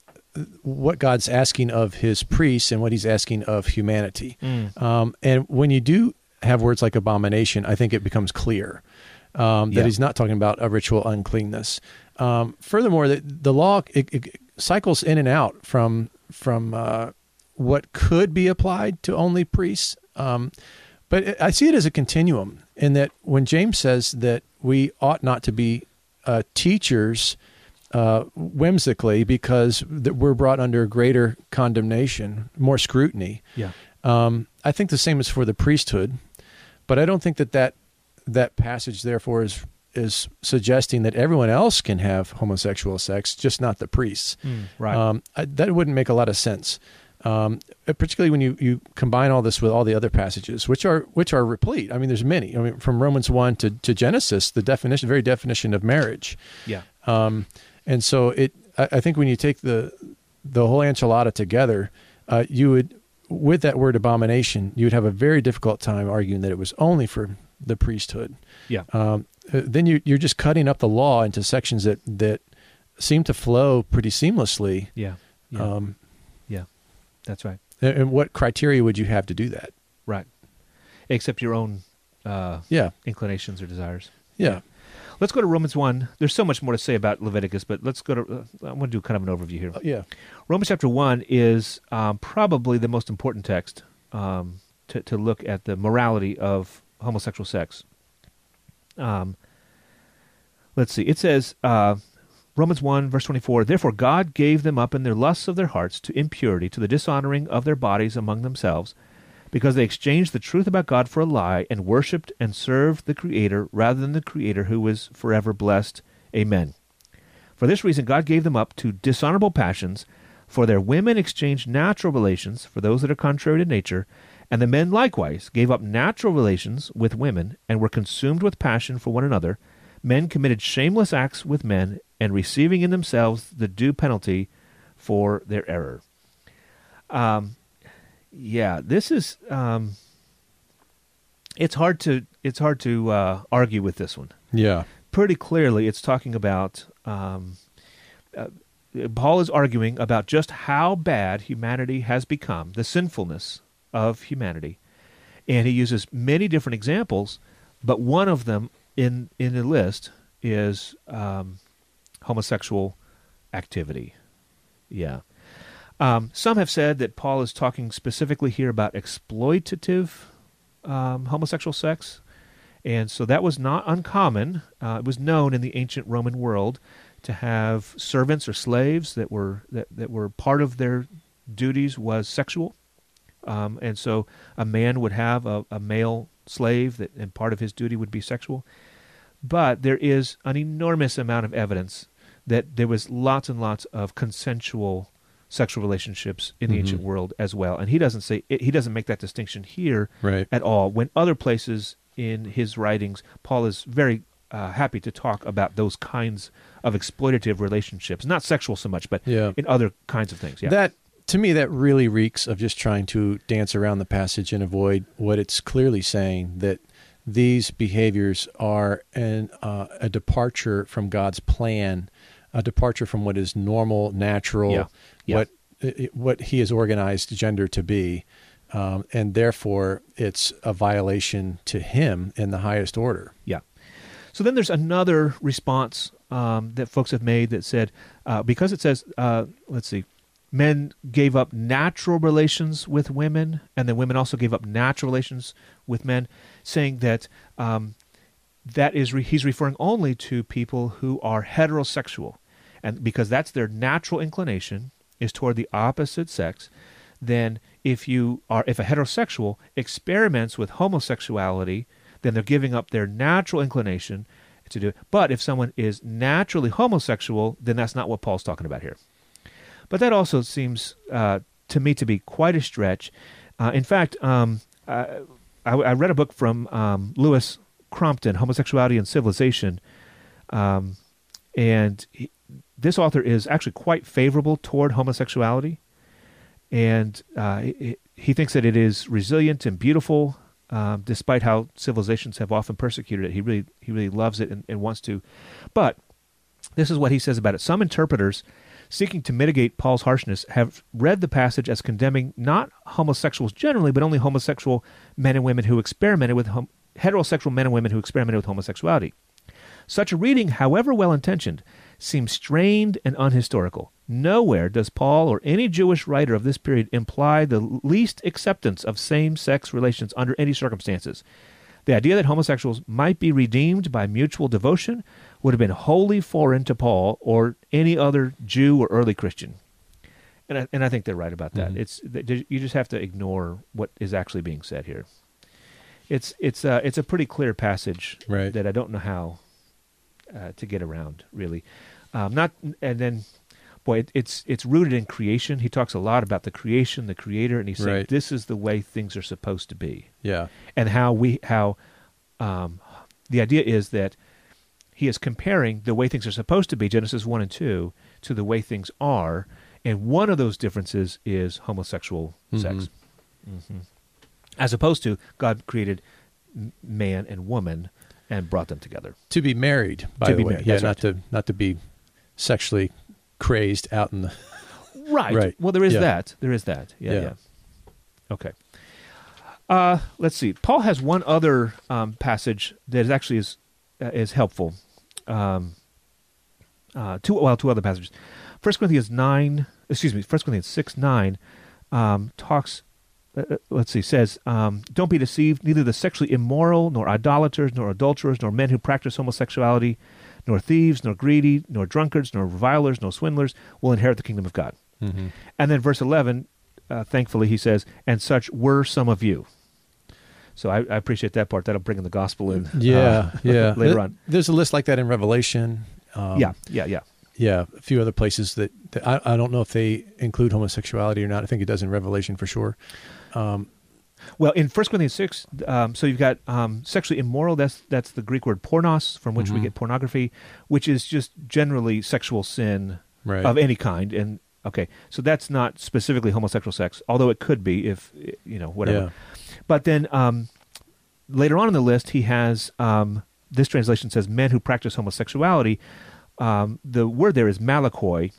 [SPEAKER 1] what God's asking of His priests and what He's asking of humanity. Um, and when you do have words like abomination, I think it becomes clear um, that
[SPEAKER 2] Yeah.
[SPEAKER 1] He's not talking about a ritual uncleanness. Um, furthermore, the, the law it, it cycles in and out from from uh, what could be applied to only priests. Um, but it, I see it as a continuum in that when James says that we ought not to be uh, teachers uh, whimsically because that we're brought under greater condemnation, more scrutiny.
[SPEAKER 2] yeah,
[SPEAKER 1] Um, I think the same is for the priesthood, but I don't think that that, that passage therefore is is suggesting that everyone else can have homosexual sex, just not the priests.
[SPEAKER 2] right.
[SPEAKER 1] Um, I, that wouldn't make a lot of sense. um, particularly when you, you combine all this with all the other passages, which are which are replete. I mean, there's many. I mean, from Romans one to, to Genesis, the definition, very definition of marriage.
[SPEAKER 2] Yeah.
[SPEAKER 1] Um, and so it, I, I think when you take the the whole enchilada together, uh, you would with that word abomination, you would have a very difficult time arguing that it was only for the priesthood.
[SPEAKER 2] Yeah.
[SPEAKER 1] Um, uh, then you you're just cutting up the law into sections that that seem to flow pretty seamlessly.
[SPEAKER 2] Yeah. Yeah.
[SPEAKER 1] Um,
[SPEAKER 2] yeah. That's right.
[SPEAKER 1] and, and what criteria would you have to do that?
[SPEAKER 2] Right. Except your own uh,
[SPEAKER 1] Yeah.
[SPEAKER 2] inclinations or desires.
[SPEAKER 1] Yeah.
[SPEAKER 2] Let's go to Romans 1. There's so much more to say about Leviticus, but let's go to. Uh, I'm going to do kind of an overview here.
[SPEAKER 1] Uh, Yeah.
[SPEAKER 2] Romans chapter 1 is um, probably the most important text um, to, to look at the morality of homosexual sex. Um, let's see. It says, uh, Romans 1, verse 24, Therefore God gave them up in their lusts of their hearts to impurity, to the dishonoring of their bodies among themselves, because they exchanged the truth about God for a lie and worshipped and served the Creator rather than the Creator who is forever blessed. Amen. For this reason, God gave them up to dishonorable passions, for their women exchanged natural relations for those that are contrary to nature, and the men likewise gave up natural relations with women, and were consumed with passion for one another. Men committed shameless acts with men, and receiving in themselves the due penalty for their error. Um, yeah, this is. Um, it's hard to it's hard to uh, argue with this one
[SPEAKER 1] Yeah.
[SPEAKER 2] pretty clearly it's talking about um, uh, paul is arguing about just how bad humanity has become the sinfulness of humanity and he uses many different examples but one of them in in the list is um, homosexual activity yeah um, some have said that paul is talking specifically here about exploitative um, homosexual sex and so that was not uncommon. Uh, it was known in the ancient Roman world to have servants or slaves that were that, that were part of their duties was sexual. Um, and so a man would have a, a male slave that and part of his duty would be sexual. But there is an enormous amount of evidence that there was lots and lots of consensual sexual relationships in the ancient world as well. And he doesn't say he doesn't make that distinction here
[SPEAKER 1] Right.
[SPEAKER 2] at all. When other places in his writings, Paul is very uh, happy to talk about those kinds of exploitative relationships, not sexual so much, but
[SPEAKER 1] Yeah.
[SPEAKER 2] in other kinds of things. Yeah,
[SPEAKER 1] That to me that really reeks of just trying to dance around the passage and avoid what it's clearly saying that these behaviors are an uh, a departure from God's plan, a departure from what is normal, natural,
[SPEAKER 2] Yeah. Yeah.
[SPEAKER 1] what it, what He has organized gender to be, um, and therefore it's a violation to Him in the highest order.
[SPEAKER 2] yeah. So then there's another response um, that folks have made that said, uh, because it says, uh, let's see, men gave up natural relations with women, and then women also gave up natural relations with men, saying that um, that is re- he's referring only to people who are heterosexual and because that's their natural inclination is toward the opposite sex then if you are if a heterosexual experiments with homosexuality then they're giving up their natural inclination to do it but if someone is naturally homosexual then that's not what paul's talking about here but that also seems uh, to me to be quite a stretch. Uh, in fact, um, I, I, I read a book from um, Lewis Crompton, Homosexuality and Civilization, um, and he, this author is actually quite favorable toward homosexuality, and uh, he, he thinks that it is resilient and beautiful. Um, despite how civilizations have often persecuted it, he really he really loves it and, and wants to. But this is what he says about it. Some interpreters, seeking to mitigate Paul's harshness, have read the passage as condemning not homosexuals generally, but only homosexual men and women who experimented with hom- heterosexual men and women who experimented with homosexuality. Such a reading, however well intentioned, seems strained and unhistorical. Nowhere does Paul or any Jewish writer of this period imply the least acceptance of same sex relations under any circumstances. The idea that homosexuals might be redeemed by mutual devotion would have been wholly foreign to Paul or any other Jew or early Christian. And I, and I think they're right about that. It's th- you just have to ignore what is actually being said here. It's it's uh, it's a pretty clear passage
[SPEAKER 1] Right.
[SPEAKER 2] that I don't know how uh, to get around really. Um, not and then boy, it, it's it's rooted in creation. He talks a lot about the creation, the creator, and he said
[SPEAKER 1] Right.
[SPEAKER 2] this is the way things are supposed to be,
[SPEAKER 1] Yeah.
[SPEAKER 2] and how we how um, the idea is that he is comparing the way things are supposed to be, Genesis one and two, to the way things are, and one of those differences is homosexual sex, hmm as opposed to God created m- man and woman and brought them together.
[SPEAKER 1] To be married, by
[SPEAKER 2] To
[SPEAKER 1] the
[SPEAKER 2] be
[SPEAKER 1] way.
[SPEAKER 2] married,
[SPEAKER 1] yeah,
[SPEAKER 2] that's
[SPEAKER 1] not to not to be sexually crazed out in the
[SPEAKER 2] Right.
[SPEAKER 1] Right.
[SPEAKER 2] Well, there is
[SPEAKER 1] Yeah.
[SPEAKER 2] that. There is that. Yeah.
[SPEAKER 1] Yeah.
[SPEAKER 2] Yeah. Okay. Uh, let's see. Paul has one other um, passage that is actually is uh, is helpful. Um, uh, two well, two other passages. First Corinthians nine. Excuse me. First Corinthians six nine um, talks. uh, uh, Let's see. Says, um, "Don't be deceived. Neither the sexually immoral, nor idolaters, nor adulterers, nor men who practice homosexuality, nor thieves, nor greedy, nor drunkards, nor revilers, nor swindlers will inherit the kingdom of God." And then verse 11, uh, thankfully, he says, and such were some of you. So I, I appreciate that part. That'll bring in the gospel in. uh,
[SPEAKER 1] Yeah, yeah.
[SPEAKER 2] later
[SPEAKER 1] There-
[SPEAKER 2] on.
[SPEAKER 1] There's a list like that in Revelation. Um,
[SPEAKER 2] yeah, yeah, yeah.
[SPEAKER 1] yeah. A few other places that, that I, I don't know if they include homosexuality or not. I think it does in Revelation for sure.
[SPEAKER 2] Well, in 1 Corinthians 6, um, so you've got um, sexually immoral. That's that's the Greek word pornos, from which
[SPEAKER 1] Mm-hmm.
[SPEAKER 2] we get pornography, which is just generally sexual sin
[SPEAKER 1] Right.
[SPEAKER 2] of any kind. And okay, so that's not specifically homosexual sex, although it could be if you know whatever. But then um, later on in the list, he has um, this translation says men who practice homosexuality. Um, the word there is malakoi,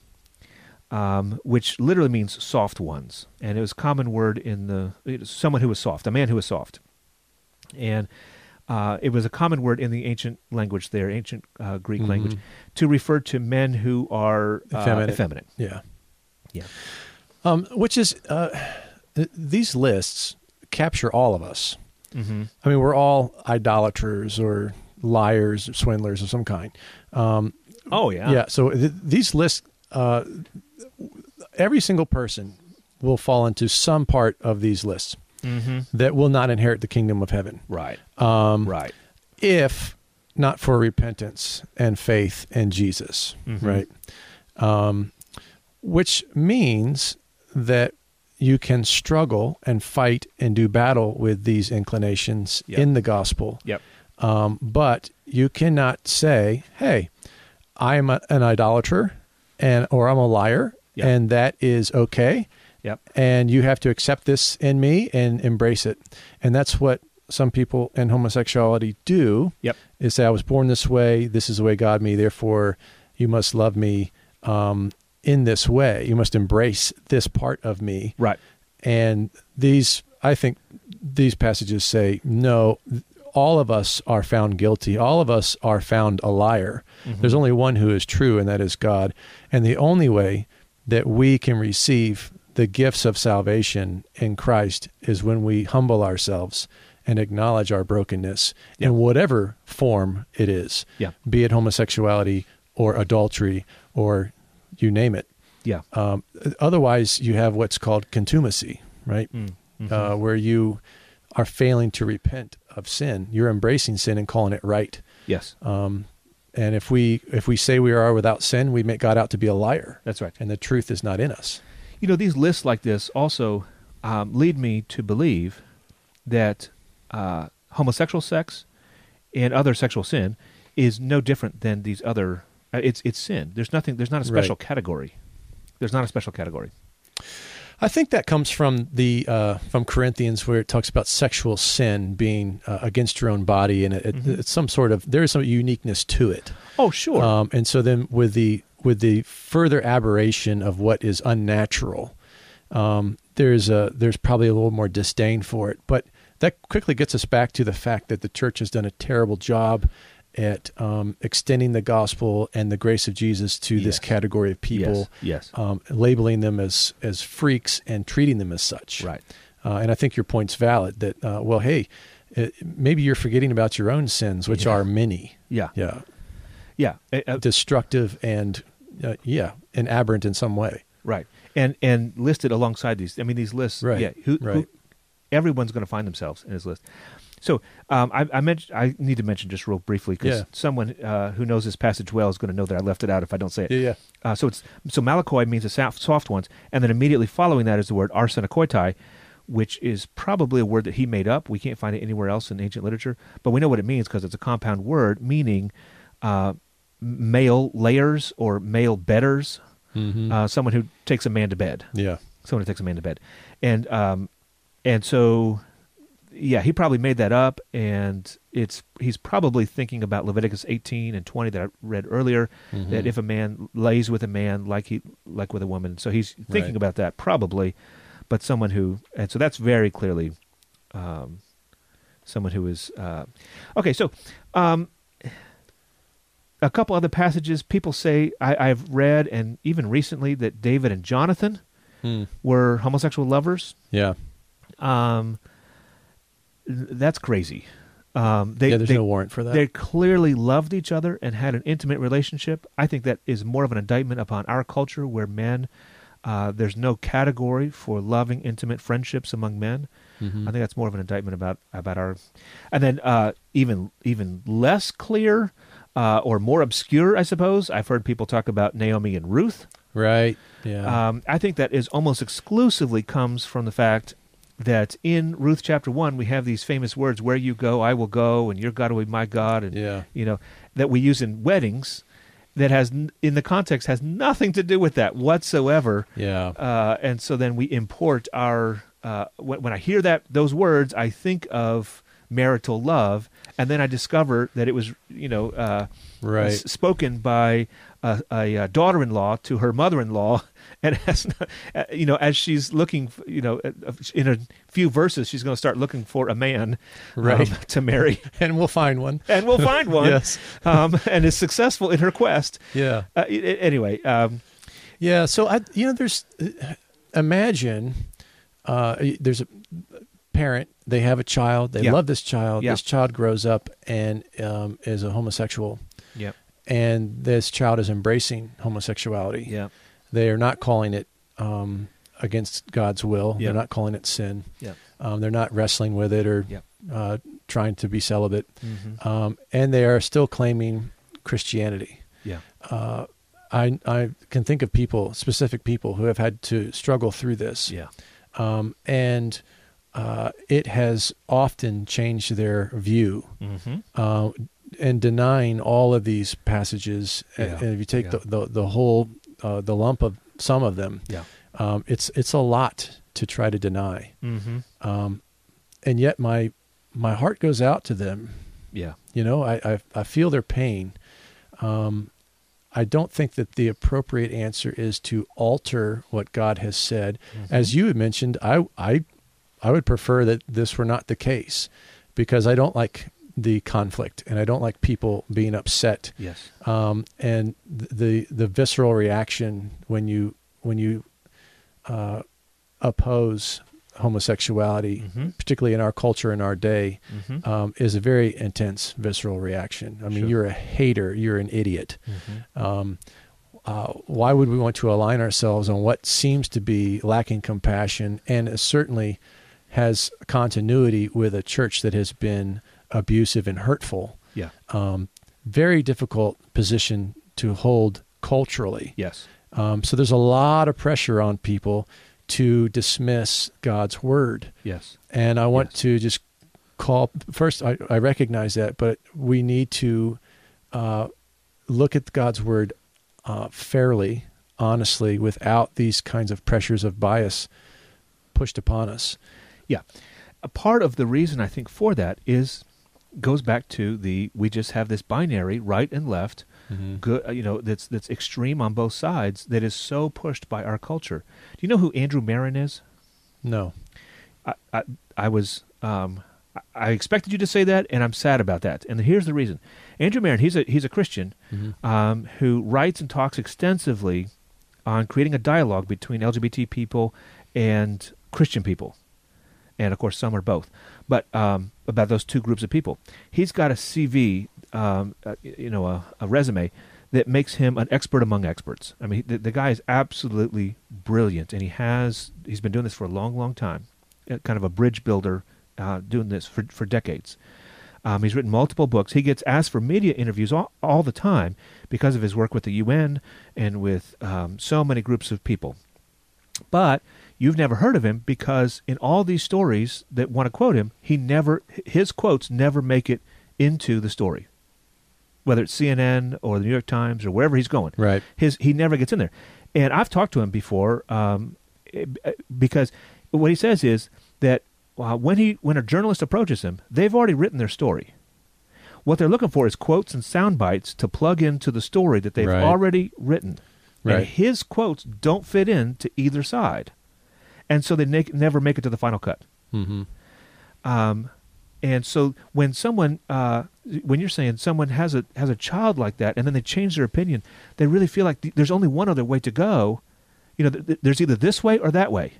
[SPEAKER 2] um, which literally means soft ones, and it was a common word in the it is someone who was soft, a man who was soft, and uh, it was a common word in the ancient language there, ancient uh, Greek language, to refer to men who are uh,
[SPEAKER 1] Effeminate.
[SPEAKER 2] effeminate.
[SPEAKER 1] Yeah.
[SPEAKER 2] Yeah.
[SPEAKER 1] Um, which is, uh, th- these lists capture all of us.
[SPEAKER 2] Mm-hmm.
[SPEAKER 1] I mean, we're all idolaters or liars or swindlers of some kind.
[SPEAKER 2] Oh yeah.
[SPEAKER 1] Yeah. So th- these lists, uh, every single person will fall into some part of these lists
[SPEAKER 2] Mm-hmm.
[SPEAKER 1] that will not inherit the kingdom of heaven
[SPEAKER 2] Right. Um, right.
[SPEAKER 1] if not for repentance and faith in Jesus,
[SPEAKER 2] Mhm.
[SPEAKER 1] right? Um, which means that you can struggle and fight and do battle with these inclinations
[SPEAKER 2] Yeah.
[SPEAKER 1] in the gospel.
[SPEAKER 2] Yep.
[SPEAKER 1] Um, but you cannot say, "Hey, I am a, an idolater, and or I'm a liar,
[SPEAKER 2] Yeah.
[SPEAKER 1] and that is okay."
[SPEAKER 2] Yep.
[SPEAKER 1] and you have to accept this in me and embrace it. And that's what some people in homosexuality do
[SPEAKER 2] Yep.
[SPEAKER 1] is say, I was born this way. This is the way God made me. Therefore, you must love me um, in this way. You must embrace this part of me.
[SPEAKER 2] Right.
[SPEAKER 1] And these, I think, these passages say, no, all of us are found guilty. All of us are found a liar. There's only one who is true, and that is God. And the only way that we can receive the gifts of salvation in Christ is when we humble ourselves and acknowledge our brokenness in whatever form it is
[SPEAKER 2] Yeah.
[SPEAKER 1] be it homosexuality or adultery or you name it.
[SPEAKER 2] Yeah.
[SPEAKER 1] Um, otherwise, you have what's called contumacy, right?
[SPEAKER 2] Mm.
[SPEAKER 1] Uh, where you are failing to repent of sin. You're embracing sin and calling it right.
[SPEAKER 2] Yes.
[SPEAKER 1] And if we if we say we are without sin, we make God out to be a liar,
[SPEAKER 2] That's right.
[SPEAKER 1] and the truth is not in us.
[SPEAKER 2] you know these lists like this also um, lead me to believe that uh, homosexual sex and other sexual sin is no different than these other uh, it's it's sin there's nothing there's not a special
[SPEAKER 1] Right.
[SPEAKER 2] category there's not a special category
[SPEAKER 1] I think that comes from the uh, from Corinthians, where it talks about sexual sin being uh, against your own body, and it, it- it's some sort of there is some uniqueness to it.
[SPEAKER 2] oh sure
[SPEAKER 1] Um, and so then with the with the further aberration of what is unnatural, um, there's a there's probably a little more disdain for it. But that quickly gets us back to the fact that the church has done a terrible job at um, extending the gospel and the grace of Jesus to this
[SPEAKER 2] Yes.
[SPEAKER 1] category of people,
[SPEAKER 2] yes, yes.
[SPEAKER 1] um, labeling them as as freaks and treating them as such.
[SPEAKER 2] right
[SPEAKER 1] Uh, and I think your point's valid that uh, well, hey, it, maybe you're forgetting about your own sins, which
[SPEAKER 2] Yeah.
[SPEAKER 1] are many.
[SPEAKER 2] yeah
[SPEAKER 1] Yeah
[SPEAKER 2] yeah Uh, uh,
[SPEAKER 1] destructive and uh, yeah, and aberrant in some way.
[SPEAKER 2] right and and listed alongside these i mean these lists
[SPEAKER 1] Right,
[SPEAKER 2] yeah who, who
[SPEAKER 1] right.
[SPEAKER 2] everyone's going to find themselves in this list So um, I, I mentioned I need to mention just real briefly because
[SPEAKER 1] Yeah.
[SPEAKER 2] someone uh, who knows this passage well is going to know that I left it out if I don't say it.
[SPEAKER 1] Yeah, yeah.
[SPEAKER 2] Uh, so it's so malakoi means the soft, soft ones, and then immediately following that is the word arsenicoitai, which is probably a word that he made up. We can't find it anywhere else in ancient literature, but we know what it means because it's a compound word meaning uh, male layers or male bedders,
[SPEAKER 1] Mm-hmm.
[SPEAKER 2] uh, someone who takes a man to bed
[SPEAKER 1] yeah.
[SPEAKER 2] someone who takes a man to bed, and um, and so yeah, he probably made that up, and it's he's probably thinking about Leviticus eighteen and twenty that I read earlier, that if a man lays with a man like he like with a woman, so he's thinking
[SPEAKER 1] Right.
[SPEAKER 2] about that probably, but someone who and so that's very clearly, um, someone who is uh, okay. So, um, a couple other passages people say I, I've read and even recently that David and Jonathan
[SPEAKER 1] Mm.
[SPEAKER 2] were homosexual lovers.
[SPEAKER 1] Yeah.
[SPEAKER 2] Um, th- that's crazy. Um, they
[SPEAKER 1] yeah. There's
[SPEAKER 2] they,
[SPEAKER 1] no warrant for that.
[SPEAKER 2] they clearly loved each other and had an intimate relationship. I think that is more of an indictment upon our culture where men, uh, there's no category for loving intimate friendships among men.
[SPEAKER 1] Mhm.
[SPEAKER 2] I think that's more of an indictment about about our, and then uh, even even less clear. Uh, or more obscure, I suppose. I've heard people talk about Naomi and Ruth.
[SPEAKER 1] Right. Yeah.
[SPEAKER 2] Um, I think that is almost exclusively comes from the fact that in Ruth chapter one we have these famous words: "Where you go, I will go," and "Your God will be my God," and
[SPEAKER 1] yeah.
[SPEAKER 2] you know that we use in weddings. That has n- in the context has nothing to do with that whatsoever.
[SPEAKER 1] Yeah.
[SPEAKER 2] Uh, and so then we import our. Uh, when, when I hear that those words, I think of marital love, and then I discover that it was you know. Uh,
[SPEAKER 1] Right.
[SPEAKER 2] s- spoken by a, a, uh daughter-in-law to her mother-in-law, and as uh, you know, as she's looking, f- you know, uh, uh, in a few verses, she's going to start looking for a man um,
[SPEAKER 1] Right.
[SPEAKER 2] to marry,
[SPEAKER 1] and we'll find one.
[SPEAKER 2] and we'll find one,
[SPEAKER 1] Yes.
[SPEAKER 2] um, and is successful in her quest.
[SPEAKER 1] Yeah.
[SPEAKER 2] Uh, i- i- anyway, um,
[SPEAKER 1] Yeah. So I, you know, there's uh, imagine uh, there's a parent. They have a child. They
[SPEAKER 2] Yeah.
[SPEAKER 1] love this child.
[SPEAKER 2] Yeah.
[SPEAKER 1] This child grows up and um, is a homosexual,
[SPEAKER 2] yeah,
[SPEAKER 1] and this child is embracing homosexuality.
[SPEAKER 2] yeah,
[SPEAKER 1] They are not calling it um, against God's will.
[SPEAKER 2] Yeah.
[SPEAKER 1] They're not calling it sin.
[SPEAKER 2] yeah,
[SPEAKER 1] Um, they're not wrestling with it or
[SPEAKER 2] yeah.
[SPEAKER 1] uh, trying to be celibate.
[SPEAKER 2] hmm
[SPEAKER 1] Um, and they are still claiming Christianity.
[SPEAKER 2] yeah,
[SPEAKER 1] Uh, I, I can think of people, specific people, who have had to struggle through this.
[SPEAKER 2] yeah,
[SPEAKER 1] Um, and uh, it has often changed their view
[SPEAKER 2] mm-hmm.
[SPEAKER 1] uh, and denying all of these passages.
[SPEAKER 2] Yeah.
[SPEAKER 1] And if you take the,
[SPEAKER 2] Yeah.
[SPEAKER 1] the, the whole, uh, the lump of some of them,
[SPEAKER 2] yeah,
[SPEAKER 1] um, it's, it's a lot to try to deny.
[SPEAKER 2] mm-hmm.
[SPEAKER 1] Um, and yet my, my heart goes out to them
[SPEAKER 2] yeah,
[SPEAKER 1] you know, I, I, I feel their pain. Um, I don't think that the appropriate answer is to alter what God has said. As you had mentioned, I, I, I would prefer that this were not the case because I don't like the conflict and I don't like people being upset.
[SPEAKER 2] yes,
[SPEAKER 1] Um, and th- the, the visceral reaction when you, when you, uh, oppose homosexuality,
[SPEAKER 2] Mhm.
[SPEAKER 1] particularly in our culture in our day,
[SPEAKER 2] mm-hmm.
[SPEAKER 1] um, is a very intense visceral reaction. I mean,
[SPEAKER 2] Sure.
[SPEAKER 1] you're a hater, you're an idiot.
[SPEAKER 2] Mm-hmm.
[SPEAKER 1] Um, uh, why would we want to align ourselves on what seems to be lacking compassion and is certainly has continuity with a church that has been abusive and hurtful?
[SPEAKER 2] yeah,
[SPEAKER 1] Um, very difficult position to hold culturally.
[SPEAKER 2] yes,
[SPEAKER 1] Um, so there's a lot of pressure on people to dismiss God's word
[SPEAKER 2] yes,
[SPEAKER 1] and I want
[SPEAKER 2] Yes.
[SPEAKER 1] to just call first. I, I recognize that, but we need to uh, look at God's word uh, fairly, honestly, without these kinds of pressures of bias pushed upon us.
[SPEAKER 2] Yeah. A part of the reason I think for that is goes back to the we just have this binary right and left good uh, you know that's that's extreme on both sides that is so pushed by our culture. Do you know who Andrew Marin is?
[SPEAKER 1] No,
[SPEAKER 2] I I, I was um I- I expected you to say that and I'm sad about that. And here's the reason. Andrew Marin, he's a he's a Christian um, who writes and talks extensively on creating a dialogue between LGBT people and Christian people, and of course some are both, but um, about those two groups of people. He's got a CV, um, uh, y- you know, a, a resume that makes him an expert among experts. I mean, the, the guy is absolutely brilliant, and he has he's been doing this for a long, long time, uh, kind of a bridge builder. uh, doing this for, for decades. Um, he's written multiple books. He gets asked for media interviews all, all the time because of his work with the UN and with um, so many groups of people. But you've never heard of him because in all these stories that want to quote him, he never his quotes never make it into the story, whether it's CNN or the New York Times or wherever he's going.
[SPEAKER 1] Right.
[SPEAKER 2] His he never gets in there, and I've talked to him before um, because what he says is that uh, when he when a journalist approaches him, they've already written their story. What they're looking for is quotes and sound bites to plug into the story that they've
[SPEAKER 1] Right.
[SPEAKER 2] already written. And
[SPEAKER 1] Right.
[SPEAKER 2] his quotes don't fit in to either side, and so they ne- never make it to the final cut.
[SPEAKER 1] Mm-hmm.
[SPEAKER 2] Um, and so when someone, uh, when you're saying someone has a has a child like that, and then they change their opinion, they really feel like th- there's only one other way to go. You know, th- th- there's either this way or that way.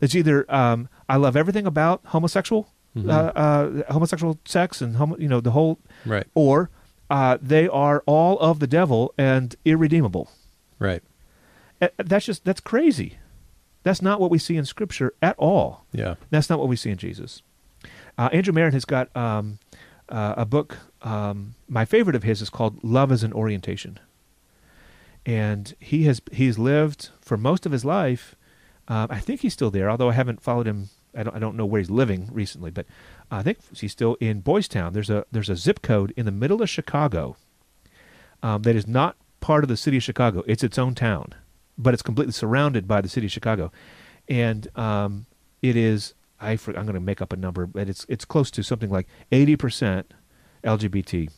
[SPEAKER 2] There's either um, I love everything about homosexual,
[SPEAKER 1] Mhm.
[SPEAKER 2] uh, uh, homosexual sex, and homo- you know the whole,
[SPEAKER 1] Right.
[SPEAKER 2] or uh, they are all of the devil and irredeemable.
[SPEAKER 1] Right.
[SPEAKER 2] Uh, That's just that's crazy. That's not what we see in Scripture at all.
[SPEAKER 1] Yeah.
[SPEAKER 2] That's not what we see in Jesus. Uh, Andrew Merritt has got um, uh, a book. Um, my favorite of his is called "Love as an Orientation," and he has he's lived for most of his life. Um, I think he's still there, although I haven't followed him. I don't I don't know where he's living recently, but I think he's still in Boys Town. There's a there's a zip code in the middle of Chicago um, that is not part of the city of Chicago. It's its own town, but it's completely surrounded by the city of Chicago, and um, it is. I for, I'm going to make up a number, but it's it's close to something like 80 percent LGBT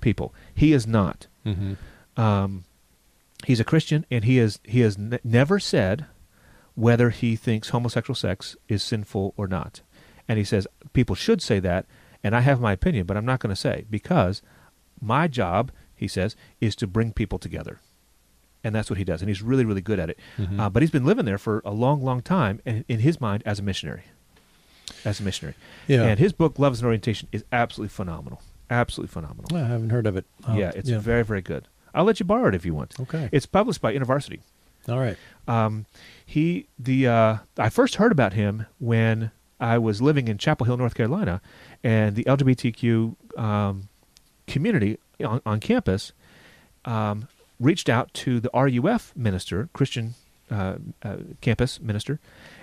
[SPEAKER 2] people. He is not.
[SPEAKER 1] Mm-hmm.
[SPEAKER 2] Um, he's a Christian, and he is he has n- never said whether he thinks homosexual sex is sinful or not. And he says people should say that, and I have my opinion, but I'm not going to say because my job, he says, is to bring people together, and that's what he does, and he's really really good at it.
[SPEAKER 1] Mhm.
[SPEAKER 2] Uh, but he's been living there for a long long time, and in his mind, as a missionary, as a missionary.
[SPEAKER 1] Yeah.
[SPEAKER 2] And his book, Love is an Orientation, is absolutely phenomenal, absolutely phenomenal.
[SPEAKER 1] Well, I haven't heard of it. I'll-
[SPEAKER 2] yeah, it's very very good. I'll let you borrow it if you want.
[SPEAKER 1] okay.
[SPEAKER 2] It's published by InterVarsity.
[SPEAKER 1] All right.
[SPEAKER 2] Um, he the uh, I first heard about him when I was living in Chapel Hill, North Carolina, and the LGBTQ um, community on, on campus um, reached out to the RUF minister, Christian uh, uh, campus minister,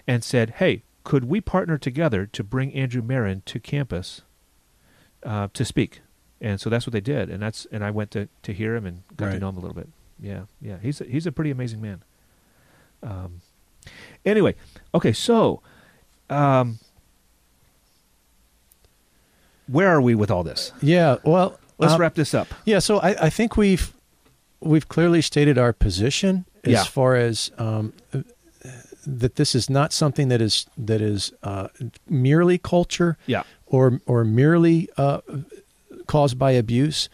[SPEAKER 2] and said, "Hey, could we partner together to bring Andrew Marin to campus uh, to speak?" And so that's what they did, and that's and I went to, to hear him and got to
[SPEAKER 1] Right.
[SPEAKER 2] know him a little bit. Yeah, yeah, he's a, he's a pretty amazing man. Um, anyway, okay, so um, where are we with all this?
[SPEAKER 1] Yeah. Well,
[SPEAKER 2] Let's
[SPEAKER 1] um,
[SPEAKER 2] wrap this up.
[SPEAKER 1] Yeah. So I, I think we've we've clearly stated our position as
[SPEAKER 2] Yeah.
[SPEAKER 1] far as um, uh, that this is not something that is that is uh, merely culture
[SPEAKER 2] Yeah,
[SPEAKER 1] or or merely uh, caused by abuse.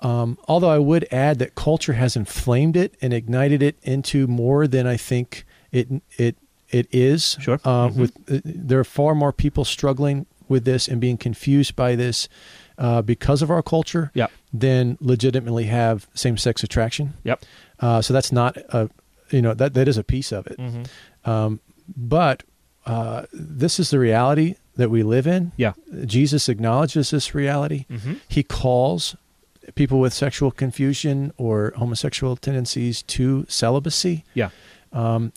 [SPEAKER 1] Um, although I would add that culture has inflamed it and ignited it into more than I think it it it is.
[SPEAKER 2] Sure.
[SPEAKER 1] Uh,
[SPEAKER 2] Mhm.
[SPEAKER 1] With uh, there are far more people struggling with this and being confused by this uh, because of our culture
[SPEAKER 2] yeah,
[SPEAKER 1] than legitimately have same sex attraction.
[SPEAKER 2] yep.
[SPEAKER 1] Uh, so that's not a you know that that is a piece of it.
[SPEAKER 2] Mm-hmm.
[SPEAKER 1] Um, but uh, this is the reality that we live in.
[SPEAKER 2] Yeah.
[SPEAKER 1] Jesus acknowledges this reality.
[SPEAKER 2] Mm-hmm.
[SPEAKER 1] He calls people with sexual confusion or homosexual tendencies to celibacy.
[SPEAKER 2] Yeah.
[SPEAKER 1] Uh,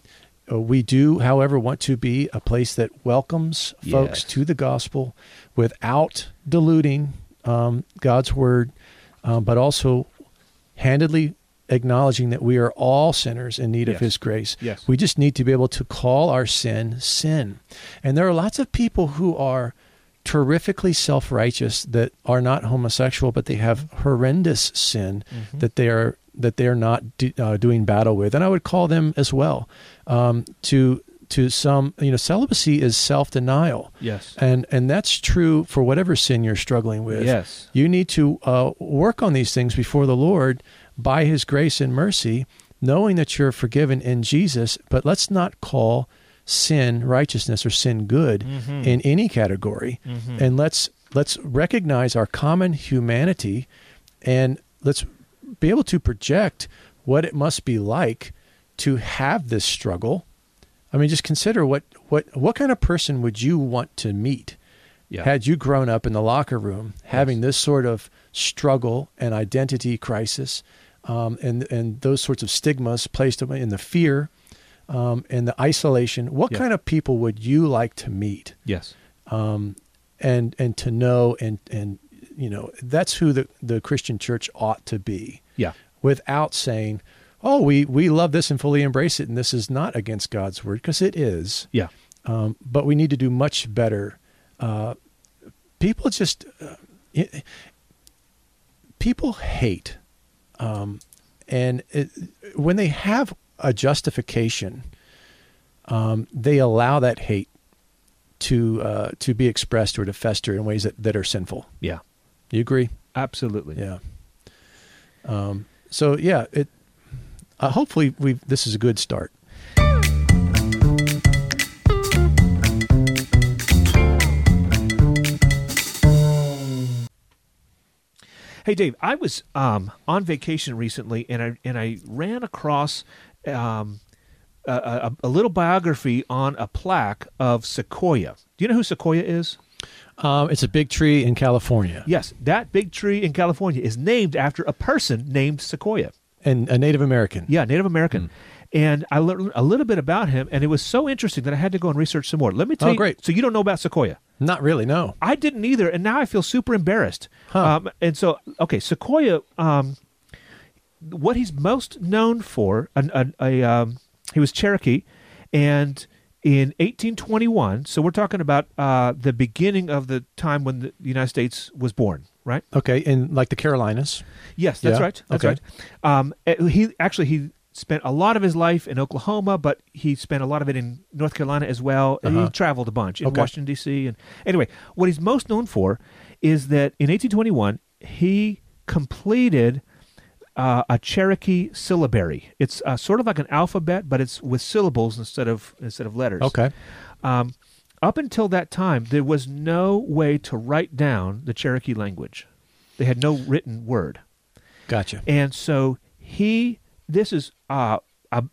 [SPEAKER 1] We do, however, want to be a place that welcomes folks
[SPEAKER 2] Yes.
[SPEAKER 1] to the gospel without diluting um, God's word, um, but also handedly acknowledging that we are all sinners in need of
[SPEAKER 2] Yes.
[SPEAKER 1] His grace.
[SPEAKER 2] Yes.
[SPEAKER 1] We just need to be able to call our sin sin. And there are lots of people who are terrifically self righteous that are not homosexual, but they have horrendous sin that they are that they are not do, uh, doing battle with, and I would call them as well um, to to some you know celibacy is self denial,
[SPEAKER 2] Yes.
[SPEAKER 1] and and that's true for whatever sin you're struggling with.
[SPEAKER 2] Yes.
[SPEAKER 1] You need to uh, work on these things before the Lord by His grace and mercy, knowing that you're forgiven in Jesus. But let's not call sin righteousness or sin good
[SPEAKER 2] Mhm.
[SPEAKER 1] in any category, and let's let's recognize our common humanity, and let's be able to project what it must be like to have this struggle. I mean, just consider what what what kind of person would you want to meet?
[SPEAKER 2] Yeah.
[SPEAKER 1] Had you grown up in the locker room having this sort of struggle and identity crisis, um, and and those sorts of stigmas placed in the fear, um, and the isolation, what
[SPEAKER 2] Yeah.
[SPEAKER 1] kind of people would you like to meet?
[SPEAKER 2] Yes.
[SPEAKER 1] and and to know and and you know that's who the the Christian church ought to be
[SPEAKER 2] Yeah.
[SPEAKER 1] without saying oh we we love this and fully embrace it and this is not against God's word because it is
[SPEAKER 2] Yeah.
[SPEAKER 1] um, but we need to do much better uh, people just uh, it, people hate um, and it, when they have a justification um, they allow that hate to uh, to be expressed or to fester in ways that, that are sinful.
[SPEAKER 2] Yeah.
[SPEAKER 1] You agree?
[SPEAKER 2] Absolutely.
[SPEAKER 1] Yeah. Um, so yeah, it. Uh, hopefully, we have this is a good start.
[SPEAKER 2] Hey, Dave, I was um, on vacation recently, and I and I ran across um, a, a, a little biography on a plaque of Sequoia. Do you know who Sequoia is?
[SPEAKER 1] Um, it's a big tree in California,
[SPEAKER 2] Yes, that big tree in California is named after a person named Sequoia.
[SPEAKER 1] and a Native American.
[SPEAKER 2] Yeah, Native American.
[SPEAKER 1] Hmm.
[SPEAKER 2] And I learned a little bit about him, and it was so interesting that I had to go and research some more. Let me tell
[SPEAKER 1] Oh,
[SPEAKER 2] you.
[SPEAKER 1] great.
[SPEAKER 2] So you don't know about Sequoia?
[SPEAKER 1] Not really. No.
[SPEAKER 2] I didn't either, and now I feel super embarrassed.
[SPEAKER 1] Huh.
[SPEAKER 2] Um, and so, okay, Sequoia. Um, what he's most known for, an, an, a, um, he was Cherokee, and in 1821. So we're talking about uh, the beginning of the time when the United States was born, right?
[SPEAKER 1] Okay, in like the Carolinas.
[SPEAKER 2] Yes, that's
[SPEAKER 1] Yeah?
[SPEAKER 2] right. That's
[SPEAKER 1] Okay.
[SPEAKER 2] right. Um, eh, he actually he spent a lot of his life in Oklahoma, but he spent a lot of it in North Carolina as well. And He
[SPEAKER 1] Uh-huh.
[SPEAKER 2] traveled a bunch in
[SPEAKER 1] Okay.
[SPEAKER 2] Washington D.C. And anyway, what he's most known for is that in 1821 he completed. Uh, a Cherokee syllabary. It's uh, sort of like an alphabet, but it's with syllables instead of instead of letters.
[SPEAKER 1] Okay.
[SPEAKER 2] Um, up until that time, there was no way to write down the Cherokee language. They had no written word.
[SPEAKER 1] Gotcha.
[SPEAKER 2] And so he, this is, uh, uh,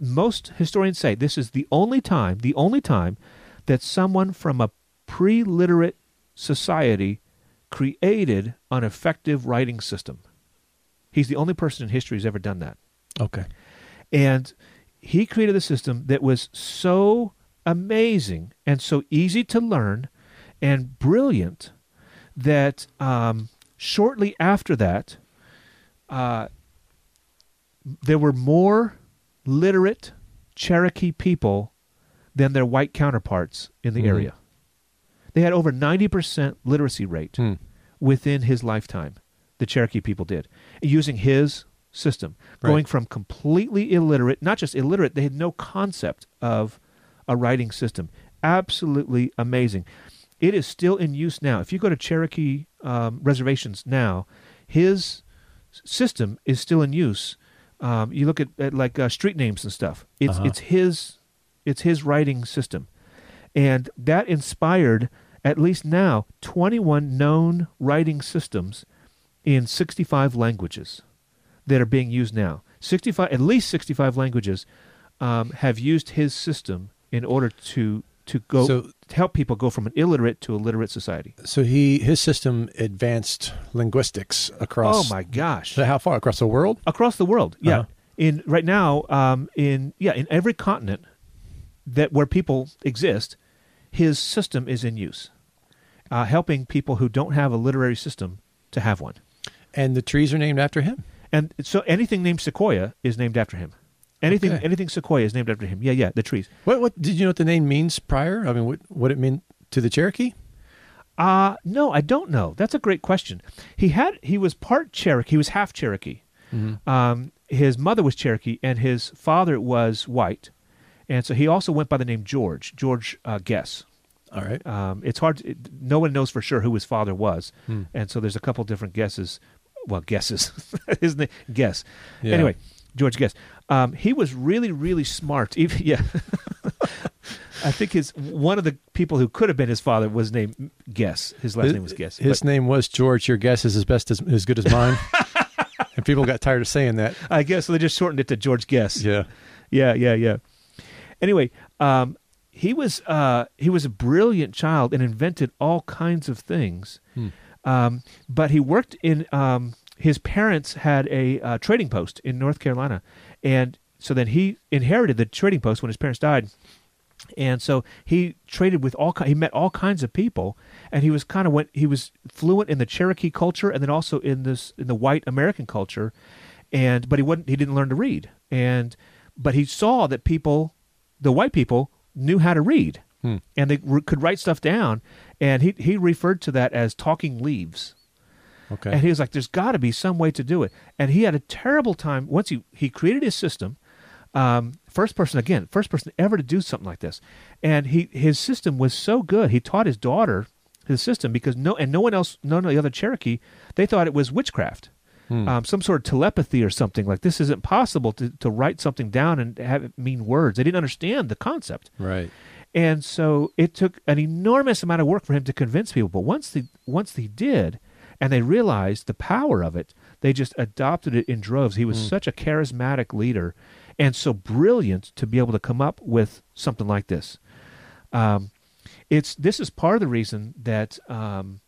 [SPEAKER 2] most historians say this is the only time, the only time that someone from a pre literate society created an effective writing system. He's the only person in history who's ever done that.
[SPEAKER 1] Okay.
[SPEAKER 2] And he created a system that was so amazing and so easy to learn and brilliant that um, shortly after that, uh, there were more literate Cherokee people than their white counterparts in the
[SPEAKER 1] Mhm.
[SPEAKER 2] area. They had over 90% literacy rate
[SPEAKER 1] Hmm.
[SPEAKER 2] within his lifetime, the Cherokee people did, using his system,
[SPEAKER 1] Right.
[SPEAKER 2] going from completely illiterate, not just illiterate, they had no concept of a writing system. Absolutely amazing. It is still in use now. If you go to Cherokee um, reservations now, his s- system is still in use. Um, you look at, at like uh, street names and stuff. It's
[SPEAKER 1] Uh-huh.
[SPEAKER 2] it's his it's his writing system and that inspired at least now 21 known writing systems in 65 languages that are being used now 65 at least 65 languages um, have used his system in order to to go
[SPEAKER 1] So-
[SPEAKER 2] to help people go from an illiterate to a literate society
[SPEAKER 1] So he his system advanced linguistics across.
[SPEAKER 2] oh my gosh
[SPEAKER 1] So how far across the world?
[SPEAKER 2] across the world yeah
[SPEAKER 1] Uh-huh.
[SPEAKER 2] in right now um, in yeah in every continent that where people exist his system is in use uh, helping people who don't have a literary system to have one
[SPEAKER 1] And the trees are named after him.
[SPEAKER 2] and so anything named sequoia is named after him anything
[SPEAKER 1] Okay.
[SPEAKER 2] anything sequoia is named after him yeah yeah the trees
[SPEAKER 1] What what did you know what the name means prior? I mean, what what it mean to the Cherokee?
[SPEAKER 2] Uh no, I don't know. That's a great question. He had he was part Cherokee. He was half Cherokee. Um, his mother was Cherokee, and his father was white, and so he also went by the name George George uh, Guess.
[SPEAKER 1] All right.
[SPEAKER 2] Um, it's hard. It, no one knows for sure who his father was,
[SPEAKER 1] Hmm.
[SPEAKER 2] and so there's a couple different guesses. Well, guesses, isn't it? Guess.
[SPEAKER 1] Yeah.
[SPEAKER 2] Anyway, George Guess. Um, he was really, really smart. Even, yeah, I think his one of the people who could have been his father was named Guess. His last name was Guess.
[SPEAKER 1] His name was George. Your guess is as best as as good as mine. and people got tired of saying that.
[SPEAKER 2] But I guess so. They just shortened it to George Guess.
[SPEAKER 1] Yeah.
[SPEAKER 2] yeah, yeah, yeah. Anyway, um, he was uh, he was a brilliant child and invented all kinds of things.
[SPEAKER 1] Hmm.
[SPEAKER 2] Um, but he worked in um, his parents had a uh, trading post in North Carolina, and so then he inherited the trading post when his parents died. And so he traded with all ki- he met all kinds of people, and he was kind of went he was fluent in the Cherokee culture and then also in this in the white American culture, and but he wasn't he didn't learn to read and but he saw that people the white people knew how to read
[SPEAKER 1] Hmm.
[SPEAKER 2] and they re- could write stuff down and he he referred to that as talking leaves
[SPEAKER 1] Okay.
[SPEAKER 2] and he was like, "There's got to be some way to do it." And he had a terrible time once he he created his system. Um, first person again, first person ever to do something like this, and he his system was so good. He taught his daughter his system because no and no one else, none of the other Cherokee, they thought it was witchcraft, um, some sort of telepathy or something like this. Isn't possible to to write something down and have it mean words. They didn't understand the concept.
[SPEAKER 1] right.
[SPEAKER 2] And so it took an enormous amount of work for him to convince people. But once they once they did, and they realized the power of it, they just adopted it in droves. He was such a charismatic leader, and so brilliant to be able to come up with something like this. Um, it's this is part of the reason that um,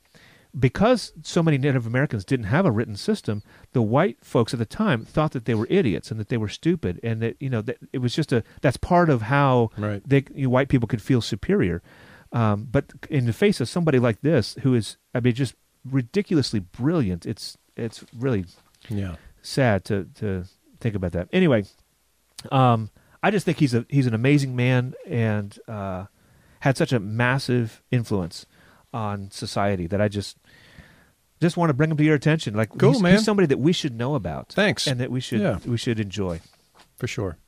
[SPEAKER 2] because so many Native Americans didn't have a written system, the white folks at the time thought that they were idiots and that they were stupid, and that you know that it was just a that's part of how
[SPEAKER 1] Right.
[SPEAKER 2] they you know, white people could feel superior. Um, but in the face of somebody like this, who is I mean just ridiculously brilliant, it's it's really
[SPEAKER 1] Yeah.
[SPEAKER 2] sad to to think about that. Anyway, um, I just think he's a he's an amazing man and uh, had such a massive influence on society that I just just want to bring him to your attention. Like
[SPEAKER 1] Cool,
[SPEAKER 2] he's,
[SPEAKER 1] man.
[SPEAKER 2] he's somebody that we should know about.
[SPEAKER 1] Thanks.
[SPEAKER 2] and that we should
[SPEAKER 1] Yeah.
[SPEAKER 2] we should enjoy.
[SPEAKER 1] For sure.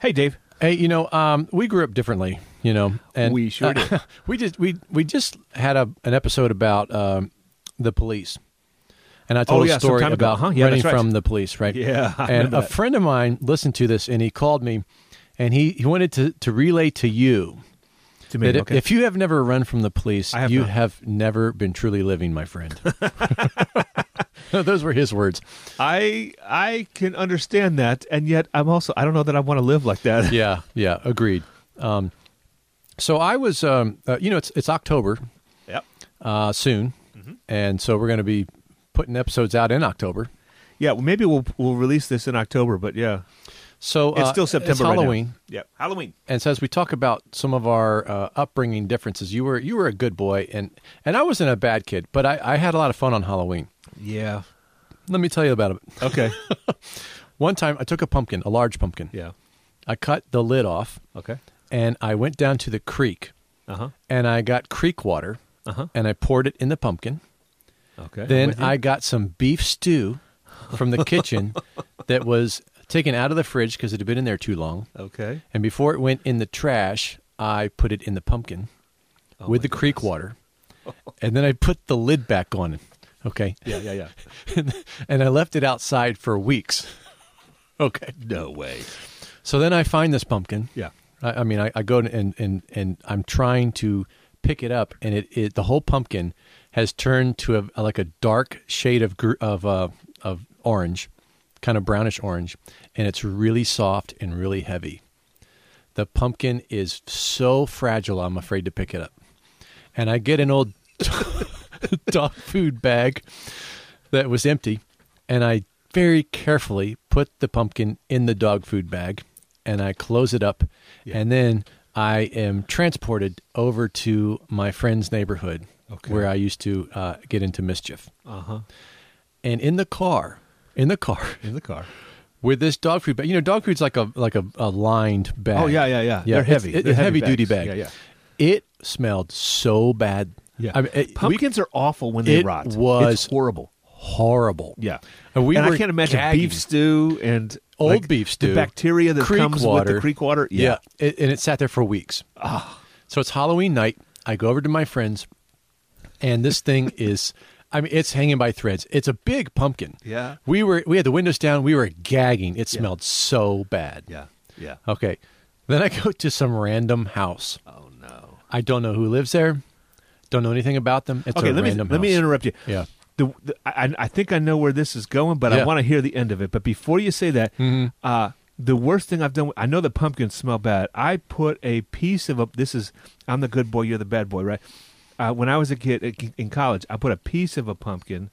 [SPEAKER 2] Hey, Dave.
[SPEAKER 1] Hey, you know, um, we grew up differently, you know, and
[SPEAKER 2] We sure did.
[SPEAKER 1] we just we we just had a an episode about um, the police, and I told
[SPEAKER 2] Oh,
[SPEAKER 1] a
[SPEAKER 2] yeah, some
[SPEAKER 1] story
[SPEAKER 2] time ago,
[SPEAKER 1] about
[SPEAKER 2] huh? Yeah,
[SPEAKER 1] running
[SPEAKER 2] that's right.
[SPEAKER 1] from the police, right?
[SPEAKER 2] Yeah, I
[SPEAKER 1] and
[SPEAKER 2] remember
[SPEAKER 1] a
[SPEAKER 2] that.
[SPEAKER 1] friend of mine listened to this, and he called me, and he he wanted to to relay to you
[SPEAKER 2] To
[SPEAKER 1] that
[SPEAKER 2] me,
[SPEAKER 1] if-
[SPEAKER 2] okay.
[SPEAKER 1] if you have never run from the police,
[SPEAKER 2] I have
[SPEAKER 1] you
[SPEAKER 2] not.
[SPEAKER 1] have never been truly living, my friend. Those were his words.
[SPEAKER 2] I I can understand that, and yet I'm also I don't know that I want to live like that.
[SPEAKER 1] yeah, yeah, agreed. Um, so I was, um, uh, you know, it's it's October
[SPEAKER 2] Yep.
[SPEAKER 1] uh, soon,
[SPEAKER 2] Mm-hmm.
[SPEAKER 1] and so we're going to be putting episodes out in October.
[SPEAKER 2] Yeah. Well, maybe we'll we'll release this in October, but yeah,
[SPEAKER 1] So
[SPEAKER 2] it's
[SPEAKER 1] uh,
[SPEAKER 2] still September.
[SPEAKER 1] It's
[SPEAKER 2] right now.
[SPEAKER 1] Halloween,
[SPEAKER 2] Yeah. Halloween.
[SPEAKER 1] and so as we talk about some of our uh, upbringing differences, you were you were a good boy, and and I wasn't a bad kid, but I, I had a lot of fun on Halloween.
[SPEAKER 2] Yeah.
[SPEAKER 1] Let me tell you about it.
[SPEAKER 2] Okay.
[SPEAKER 1] One time, I took a pumpkin, a large pumpkin.
[SPEAKER 2] yeah.
[SPEAKER 1] I cut the lid off,
[SPEAKER 2] Okay.
[SPEAKER 1] and I went down to the creek,
[SPEAKER 2] Uh huh.
[SPEAKER 1] and I got creek water,
[SPEAKER 2] Uh huh.
[SPEAKER 1] and I poured it in the pumpkin.
[SPEAKER 2] Okay.
[SPEAKER 1] Then I got some beef stew from the kitchen that was taken out of the fridge because it had been in there too long.
[SPEAKER 2] Oh, okay.
[SPEAKER 1] And before it went in the trash, I put it in the pumpkin with the creek water. And then I put the lid back on it. Okay.
[SPEAKER 2] Yeah, yeah, yeah.
[SPEAKER 1] and I left it outside for weeks. Okay.
[SPEAKER 2] No way.
[SPEAKER 1] So then I find this pumpkin.
[SPEAKER 2] Yeah.
[SPEAKER 1] I, I mean, I, I go and, and, and I'm trying to pick it up, and it, it the whole pumpkin has turned to a, like a dark shade of gr- of uh, of orange, kind of brownish orange, and it's really soft and really heavy. The pumpkin is so fragile, I'm afraid to pick it up, and I get an old dog food bag that was empty, and I very carefully put the pumpkin in the dog food bag, and I close it up,
[SPEAKER 2] Yeah.
[SPEAKER 1] and then I am transported over to my friend's neighborhood
[SPEAKER 2] Okay.
[SPEAKER 1] where I used to uh, get into mischief.
[SPEAKER 2] Uh huh.
[SPEAKER 1] And in the car, in the car
[SPEAKER 2] In the car.
[SPEAKER 1] with this dog food bag, you know, dog food's like a like a, a lined bag.
[SPEAKER 2] Oh, yeah, yeah, yeah. They're
[SPEAKER 1] it's-
[SPEAKER 2] heavy.
[SPEAKER 1] it-
[SPEAKER 2] They're heavy
[SPEAKER 1] heavy duty
[SPEAKER 2] bags.
[SPEAKER 1] bag.
[SPEAKER 2] Yeah, yeah.
[SPEAKER 1] It smelled so bad. I mean, it- we-
[SPEAKER 2] Pumpkins are awful when they
[SPEAKER 1] it
[SPEAKER 2] rot.
[SPEAKER 1] was-
[SPEAKER 2] it's horrible.
[SPEAKER 1] horrible.
[SPEAKER 2] Yeah.
[SPEAKER 1] And we
[SPEAKER 2] and
[SPEAKER 1] were
[SPEAKER 2] I can't imagine
[SPEAKER 1] gagging.
[SPEAKER 2] beef stew and
[SPEAKER 1] Old
[SPEAKER 2] like,
[SPEAKER 1] beef stew,
[SPEAKER 2] The bacteria that
[SPEAKER 1] creek
[SPEAKER 2] comes with
[SPEAKER 1] water.
[SPEAKER 2] the creek water. Ah.
[SPEAKER 1] Yeah, It, and it sat there for weeks. So it's Halloween night. I go over to my friends, and this thing is, I mean, it's hanging by threads. It's a big pumpkin.
[SPEAKER 2] Yeah.
[SPEAKER 1] We were we had the windows down. We were gagging. It smelled so bad.
[SPEAKER 2] Yeah. Yeah.
[SPEAKER 1] Okay. Then I go to some random house.
[SPEAKER 2] Oh no.
[SPEAKER 1] I don't know who lives there. Don't know anything about them. It's
[SPEAKER 2] okay,
[SPEAKER 1] a
[SPEAKER 2] let me
[SPEAKER 1] random
[SPEAKER 2] let me
[SPEAKER 1] house.
[SPEAKER 2] interrupt you.
[SPEAKER 1] yeah.
[SPEAKER 2] the, the I, I think I know where this is going, but I
[SPEAKER 1] Yeah.
[SPEAKER 2] want to hear the end of it. But before you say that,
[SPEAKER 1] Mm-hmm.
[SPEAKER 2] uh, the worst thing I've done, I know the pumpkins smell bad. I put a piece of a, this is, I'm the good boy, you're the bad boy, right? Uh, when I was a kid in college, I put a piece of a pumpkin.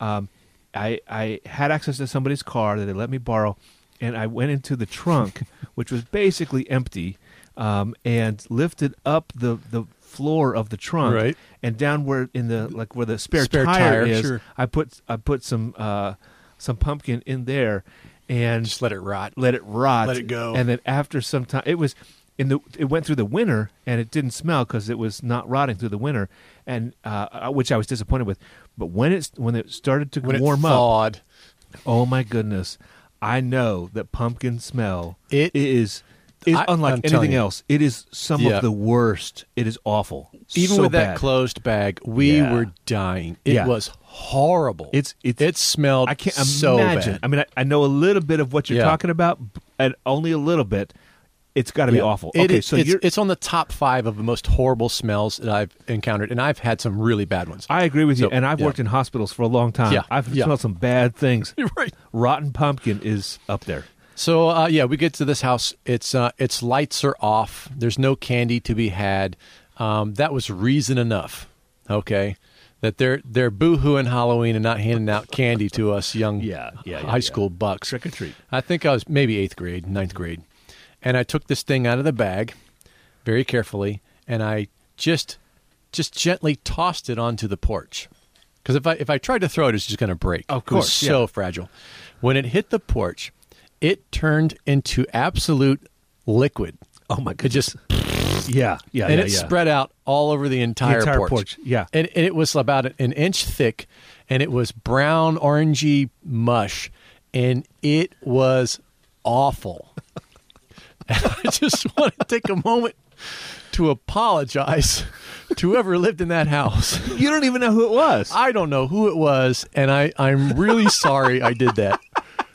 [SPEAKER 2] Um, I, I had access to somebody's car that they let me borrow, and I went into the trunk, which was basically empty, um, and lifted up the, the floor of the trunk
[SPEAKER 1] Right.
[SPEAKER 2] and down where in the like where the spare,
[SPEAKER 1] Spare
[SPEAKER 2] tire,
[SPEAKER 1] tire,
[SPEAKER 2] is,
[SPEAKER 1] sure.
[SPEAKER 2] I put I put some uh, some pumpkin in there, and
[SPEAKER 1] Just let it rot.
[SPEAKER 2] let it rot,
[SPEAKER 1] Let it go.
[SPEAKER 2] and then after some time, it was in the it went through the winter and it didn't smell because it was not rotting through the winter, and uh, uh, which I was disappointed with. But when it's when it started to
[SPEAKER 1] When
[SPEAKER 2] warm
[SPEAKER 1] it
[SPEAKER 2] up,
[SPEAKER 1] thawed,
[SPEAKER 2] oh my goodness, I know that pumpkin smell
[SPEAKER 1] It-
[SPEAKER 2] is. Is
[SPEAKER 1] I-
[SPEAKER 2] unlike
[SPEAKER 1] I'm telling
[SPEAKER 2] anything
[SPEAKER 1] you.
[SPEAKER 2] else. It is some
[SPEAKER 1] Yeah.
[SPEAKER 2] of the worst. It is awful.
[SPEAKER 1] even
[SPEAKER 2] So
[SPEAKER 1] with that
[SPEAKER 2] bad.
[SPEAKER 1] closed bag, we
[SPEAKER 2] Yeah.
[SPEAKER 1] were dying. It
[SPEAKER 2] Yeah.
[SPEAKER 1] was horrible.
[SPEAKER 2] It's- it's-
[SPEAKER 1] it smelled.
[SPEAKER 2] I can't
[SPEAKER 1] so
[SPEAKER 2] imagine.
[SPEAKER 1] bad.
[SPEAKER 2] I mean, I, I know a little bit of what you're
[SPEAKER 1] Yeah.
[SPEAKER 2] talking about, b- and only a little bit. It's got to be
[SPEAKER 1] Yeah.
[SPEAKER 2] awful.
[SPEAKER 1] It
[SPEAKER 2] okay,
[SPEAKER 1] is-
[SPEAKER 2] so
[SPEAKER 1] it's,
[SPEAKER 2] you're,
[SPEAKER 1] it's on the top five of the most horrible smells that I've encountered, and I've had some really bad ones.
[SPEAKER 2] I agree with you,
[SPEAKER 1] So,
[SPEAKER 2] and I've
[SPEAKER 1] yeah.
[SPEAKER 2] worked in hospitals for a long time.
[SPEAKER 1] Yeah,
[SPEAKER 2] I've
[SPEAKER 1] yeah.
[SPEAKER 2] smelled some bad things.
[SPEAKER 1] right.
[SPEAKER 2] Rotten pumpkin is up there.
[SPEAKER 1] So uh, yeah, we get to this house. It's uh, its lights are off. There's no candy to be had. Um, that was reason enough. Okay, that they're they're boohooing Halloween and not handing out candy to us young
[SPEAKER 2] Yeah, yeah, yeah,
[SPEAKER 1] high
[SPEAKER 2] yeah.
[SPEAKER 1] school bucks.
[SPEAKER 2] Trick or treat.
[SPEAKER 1] I think I was maybe eighth grade, ninth grade, and I took this thing out of the bag very carefully, and I just just gently tossed it onto the porch because if I if I tried to throw it, it's just going to break.
[SPEAKER 2] Of
[SPEAKER 1] It was
[SPEAKER 2] course,
[SPEAKER 1] so
[SPEAKER 2] yeah.
[SPEAKER 1] fragile. When it hit the porch, it turned into absolute liquid.
[SPEAKER 2] Oh my
[SPEAKER 1] It just
[SPEAKER 2] Yeah, yeah,
[SPEAKER 1] and
[SPEAKER 2] yeah,
[SPEAKER 1] it
[SPEAKER 2] yeah.
[SPEAKER 1] spread out all over the entire,
[SPEAKER 2] entire porch, yeah.
[SPEAKER 1] and, and it was about an inch thick, and it was brown, orangey mush, and it was awful. and I just want to take a moment to apologize to whoever lived in that house.
[SPEAKER 2] You don't even know who it was.
[SPEAKER 1] I don't know who it was, and I, I'm really sorry I did that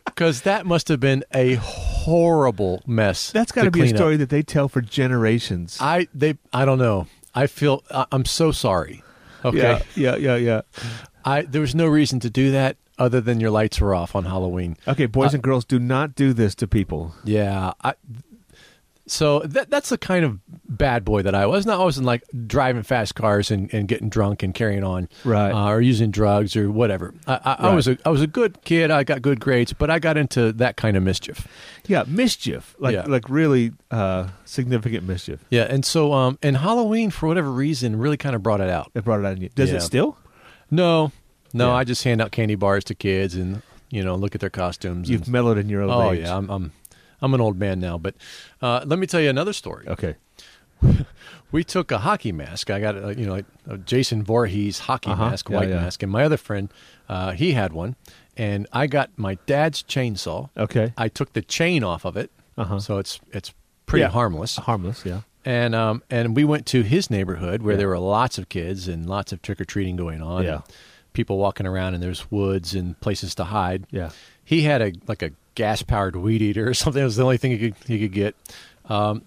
[SPEAKER 1] because that must have been a horrible mess.
[SPEAKER 2] That's got to be a
[SPEAKER 1] clean up.
[SPEAKER 2] story that they tell for generations.
[SPEAKER 1] I they I don't know. I feel I, I'm so sorry. Okay,
[SPEAKER 2] Yeah, yeah, yeah, yeah.
[SPEAKER 1] I there was no reason to do that other than your lights were off on Halloween.
[SPEAKER 2] Okay,
[SPEAKER 1] Uh,
[SPEAKER 2] boys and girls, do not do this to people.
[SPEAKER 1] Yeah, I. So that that's the kind of bad boy that I was. Not I wasn't like driving fast cars and, and getting drunk and carrying on,
[SPEAKER 2] Right.
[SPEAKER 1] Uh, or using drugs or whatever. I, I, I
[SPEAKER 2] Right.
[SPEAKER 1] was a I was a good kid. I got good grades, but I got into that kind of mischief.
[SPEAKER 2] Yeah, mischief, like
[SPEAKER 1] Yeah.
[SPEAKER 2] like really uh, significant mischief.
[SPEAKER 1] Yeah, and so um, and Halloween for whatever reason really kind of brought it out.
[SPEAKER 2] It brought it out in you. Does
[SPEAKER 1] Yeah.
[SPEAKER 2] it still?
[SPEAKER 1] No, no,
[SPEAKER 2] Yeah.
[SPEAKER 1] I just hand out candy bars to kids and you know look at their costumes.
[SPEAKER 2] You've
[SPEAKER 1] and,
[SPEAKER 2] mellowed in your old
[SPEAKER 1] oh
[SPEAKER 2] age.
[SPEAKER 1] yeah, I'm, I'm I'm an old man now, but uh, let me tell you another story.
[SPEAKER 2] Okay.
[SPEAKER 1] We took a hockey mask. I got a, you know like a Jason Voorhees hockey
[SPEAKER 2] Uh-huh.
[SPEAKER 1] mask,
[SPEAKER 2] Yeah,
[SPEAKER 1] white
[SPEAKER 2] yeah.
[SPEAKER 1] mask, and my other friend uh, he had one, and I got my dad's chainsaw.
[SPEAKER 2] Okay.
[SPEAKER 1] I took the chain off of it,
[SPEAKER 2] Oh. Uh-huh.
[SPEAKER 1] so it's it's pretty
[SPEAKER 2] Yeah.
[SPEAKER 1] harmless.
[SPEAKER 2] Harmless. Yeah.
[SPEAKER 1] And um and we went to his neighborhood where
[SPEAKER 2] Yeah.
[SPEAKER 1] there were lots of kids and lots of trick or treating going on.
[SPEAKER 2] Yeah.
[SPEAKER 1] and People walking around and there's woods and places to hide.
[SPEAKER 2] Yeah.
[SPEAKER 1] He had a like a gas powered weed eater or something. It was the only thing he could he could get. Um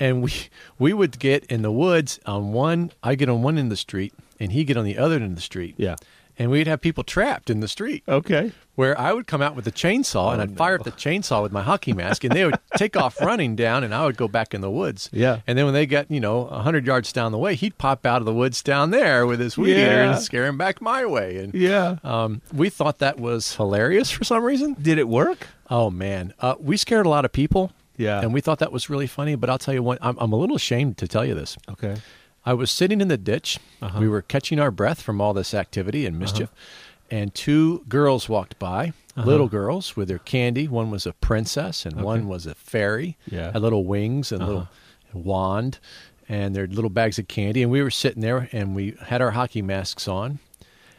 [SPEAKER 1] and we we would get in the woods on one I get on one end of the street and he get on the other end of the street.
[SPEAKER 2] Yeah.
[SPEAKER 1] And we'd have people trapped in the street
[SPEAKER 2] Okay.
[SPEAKER 1] where I would come out with the chainsaw
[SPEAKER 2] Oh,
[SPEAKER 1] and I'd fire up the chainsaw with my hockey mask, and they would take off running down, and I would go back in the woods.
[SPEAKER 2] Yeah.
[SPEAKER 1] And then when they got you know hundred yards down the way, he'd pop out of the woods down there with his weed eater
[SPEAKER 2] Yeah.
[SPEAKER 1] and scare him back my way. And
[SPEAKER 2] Yeah.
[SPEAKER 1] um, we thought that was hilarious for some reason.
[SPEAKER 2] Did it work?
[SPEAKER 1] Oh man, uh, we scared a lot of people.
[SPEAKER 2] Yeah.
[SPEAKER 1] And we thought that was really funny. But I'll tell you what, I'm, I'm a little ashamed to tell you this.
[SPEAKER 2] Okay.
[SPEAKER 1] I was sitting in the ditch.
[SPEAKER 2] Uh-huh.
[SPEAKER 1] We were catching our breath from all this activity and mischief. And two girls walked by,
[SPEAKER 2] Uh-huh.
[SPEAKER 1] little girls with their candy. One was a princess and one was a fairy.
[SPEAKER 2] Yeah. Uh-huh.
[SPEAKER 1] Had little wings and little wand and their little bags of candy. And we were sitting there and we had our hockey masks on.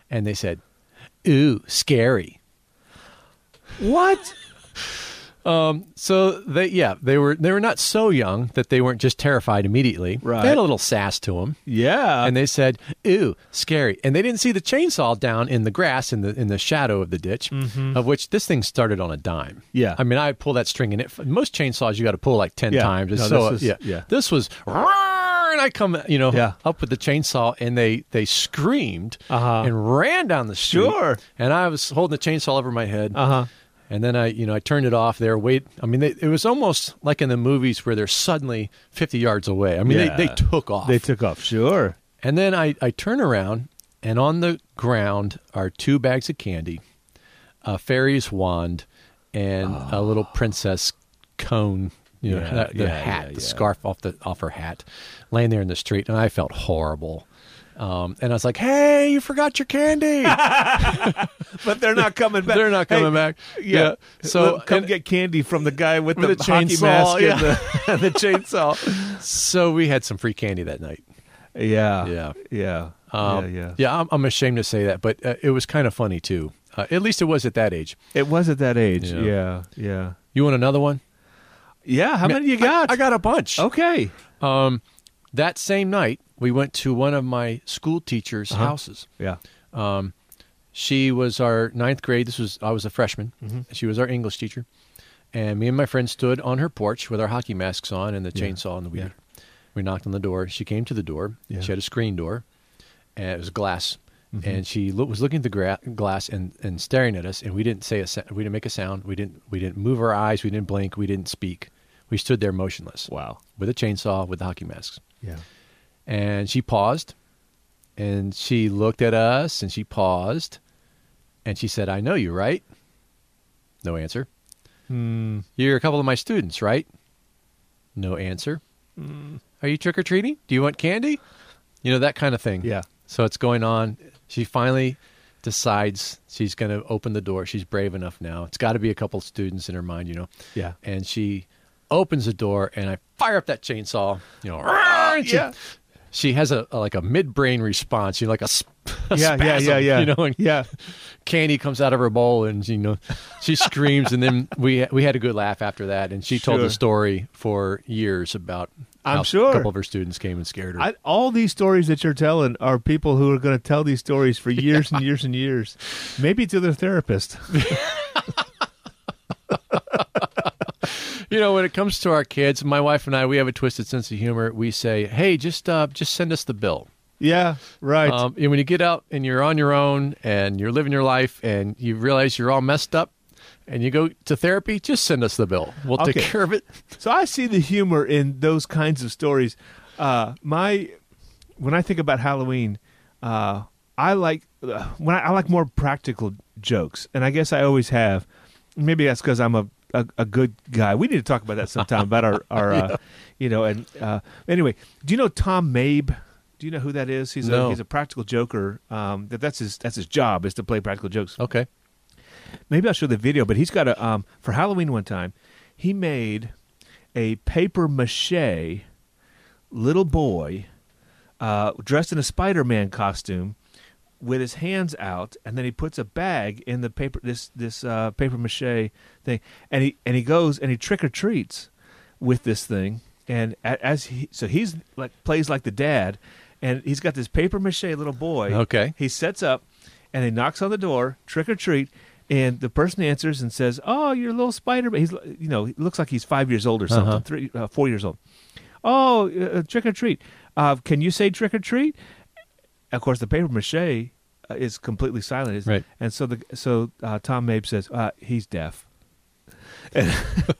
[SPEAKER 1] And they said, Ooh, scary.
[SPEAKER 2] What?
[SPEAKER 1] So they yeah, they were they were not so young that they weren't just terrified immediately.
[SPEAKER 2] Right.
[SPEAKER 1] They had a little sass to them.
[SPEAKER 2] Yeah.
[SPEAKER 1] and they said, "Ooh, scary!" And they didn't see the chainsaw down in the grass in the in the shadow of the ditch, of which this thing started on a dime.
[SPEAKER 2] Mm-hmm. Yeah.
[SPEAKER 1] I mean, I pull that string, and it most chainsaws you got to pull like ten
[SPEAKER 2] Yeah.
[SPEAKER 1] times. It's
[SPEAKER 2] No,
[SPEAKER 1] so
[SPEAKER 2] this is-
[SPEAKER 1] yeah.
[SPEAKER 2] yeah.
[SPEAKER 1] this was "Roar," and I come, you know,
[SPEAKER 2] Yeah.
[SPEAKER 1] up with the chainsaw, and they they screamed
[SPEAKER 2] Uh-huh.
[SPEAKER 1] and ran down the street.
[SPEAKER 2] Sure.
[SPEAKER 1] And I was holding the chainsaw over my head,
[SPEAKER 2] Uh huh.
[SPEAKER 1] and then I, you know, I turned it off. There, wait. I mean, they, it was almost like in the movies where they're suddenly fifty yards away. I mean,
[SPEAKER 2] Yeah.
[SPEAKER 1] they, they took off.
[SPEAKER 2] They took off. Sure.
[SPEAKER 1] And then I, I turn around, and on the ground are two bags of candy, a fairy's wand, and a little princess cone. You know,
[SPEAKER 2] Ah. Yeah,
[SPEAKER 1] that- the
[SPEAKER 2] yeah,
[SPEAKER 1] hat,
[SPEAKER 2] yeah,
[SPEAKER 1] the
[SPEAKER 2] yeah.
[SPEAKER 1] scarf off the off her hat, laying there in the street, and I felt horrible. Um, and I was like, "Hey, you forgot your candy."
[SPEAKER 2] But they're not coming back.
[SPEAKER 1] They're not coming
[SPEAKER 2] Hey,
[SPEAKER 1] back.
[SPEAKER 2] Yeah.
[SPEAKER 1] So
[SPEAKER 2] Look, come
[SPEAKER 1] and-
[SPEAKER 2] get candy from the guy with,
[SPEAKER 1] With
[SPEAKER 2] the,
[SPEAKER 1] the
[SPEAKER 2] hockey
[SPEAKER 1] chainsaw,
[SPEAKER 2] mask
[SPEAKER 1] yeah.
[SPEAKER 2] and, the, and the chainsaw.
[SPEAKER 1] so we had some free candy that night.
[SPEAKER 2] Yeah.
[SPEAKER 1] Yeah.
[SPEAKER 2] Yeah.
[SPEAKER 1] Um,
[SPEAKER 2] yeah. Yeah.
[SPEAKER 1] I'm, I'm ashamed to say that, but uh, it was kind of funny too. Uh, at least it was at that age.
[SPEAKER 2] It was at that age.
[SPEAKER 1] Yeah.
[SPEAKER 2] Yeah. Yeah.
[SPEAKER 1] You want another one?
[SPEAKER 2] Yeah. How many you got?
[SPEAKER 1] I, I got a bunch.
[SPEAKER 2] Okay.
[SPEAKER 1] That same night, we went to one of my school teachers' houses.
[SPEAKER 2] Yeah.
[SPEAKER 1] She was our ninth grade. This was I was a freshman.
[SPEAKER 2] Mm-hmm.
[SPEAKER 1] She was our English teacher, and me and my friend stood on her porch with our hockey masks on and the chainsaw and the weed. We knocked on the door. She came to the door.
[SPEAKER 2] Yeah. Mm-hmm.
[SPEAKER 1] She had a screen door, and it was glass. And she lo- was looking at the gra- glass and, and staring at us. And we didn't say a sa- we didn't make a sound. We didn't we didn't move our eyes. We didn't blink. We didn't speak. We stood there motionless
[SPEAKER 2] Wow.
[SPEAKER 1] with a chainsaw with the hockey masks.
[SPEAKER 2] Yeah.
[SPEAKER 1] and she paused and she looked at us and she paused and she said, I know you, right? No answer.
[SPEAKER 2] Hmm.
[SPEAKER 1] You're a couple of my students, right? No answer.
[SPEAKER 2] Hmm.
[SPEAKER 1] Are you trick or treating? Do you want candy? You know, that kind of thing.
[SPEAKER 2] Yeah.
[SPEAKER 1] So it's going on. She finally decides she's going to open the door. She's brave enough now. It's got to be a couple of students in her mind, you know
[SPEAKER 2] Yeah.
[SPEAKER 1] and she opens the door and I fire up that chainsaw. You know, and she,
[SPEAKER 2] Ah, yeah.
[SPEAKER 1] she has a, a- like a midbrain response. You know, like a, sp- a
[SPEAKER 2] Yeah, yeah,
[SPEAKER 1] spasm,
[SPEAKER 2] yeah, yeah.
[SPEAKER 1] You know, and
[SPEAKER 2] yeah.
[SPEAKER 1] candy comes out of her bowl and you know she screams and then we we had a good laugh after that and she told
[SPEAKER 2] Sure.
[SPEAKER 1] the story for years about
[SPEAKER 2] I'm
[SPEAKER 1] how
[SPEAKER 2] sure.
[SPEAKER 1] a couple of her students came and scared her.
[SPEAKER 2] I, all these stories that you're telling are people who are going to tell these stories for years and years and years, maybe to their therapist.
[SPEAKER 1] you know, when it comes to our kids, my wife and I, we have a twisted sense of humor. We say, "Hey, just uh, just send us the bill."
[SPEAKER 2] yeah, right.
[SPEAKER 1] Um, and when you get out and you're on your own and you're living your life and you realize you're all messed up and you go to therapy, just send us the bill. We'll take
[SPEAKER 2] Okay.
[SPEAKER 1] care of it.
[SPEAKER 2] so I see the humor in those kinds of stories. Uh, my when I think about Halloween, uh, I like uh, when I, I like more practical jokes, and I guess I always have. Maybe that's because I'm a, a a good guy. We need to talk about that sometime about our our uh, you know. And uh, anyway, do you know Tom Mabe? Do you know who that is? He's a
[SPEAKER 1] No.
[SPEAKER 2] he's a practical joker. Um, that that's his that's his job is to play practical jokes
[SPEAKER 1] Okay.
[SPEAKER 2] maybe I'll show the video, but he's got a um for Halloween one time, he made a paper mache little boy uh, dressed in a Spider-Man costume with his hands out, and then he puts a bag in the paper this this uh, paper mache thing, and he and he goes and he trick or treats with this thing, and a- as he so he's like plays like the dad, and he's got this paper mache little boy.
[SPEAKER 1] Okay.
[SPEAKER 2] he sets up, and he knocks on the door, trick or treat. And the person answers and says, "Oh, you're a little Spider Man." He's, you know, he looks like he's five years old or something,
[SPEAKER 1] Uh-huh.
[SPEAKER 2] three, uh, four years old. Oh, uh, trick or treat! Uh, can you say trick or treat? of course, the paper mache uh, is completely silent, isn't it?
[SPEAKER 1] Right.
[SPEAKER 2] And so the so uh, Tom Mabe says uh, he's deaf, And-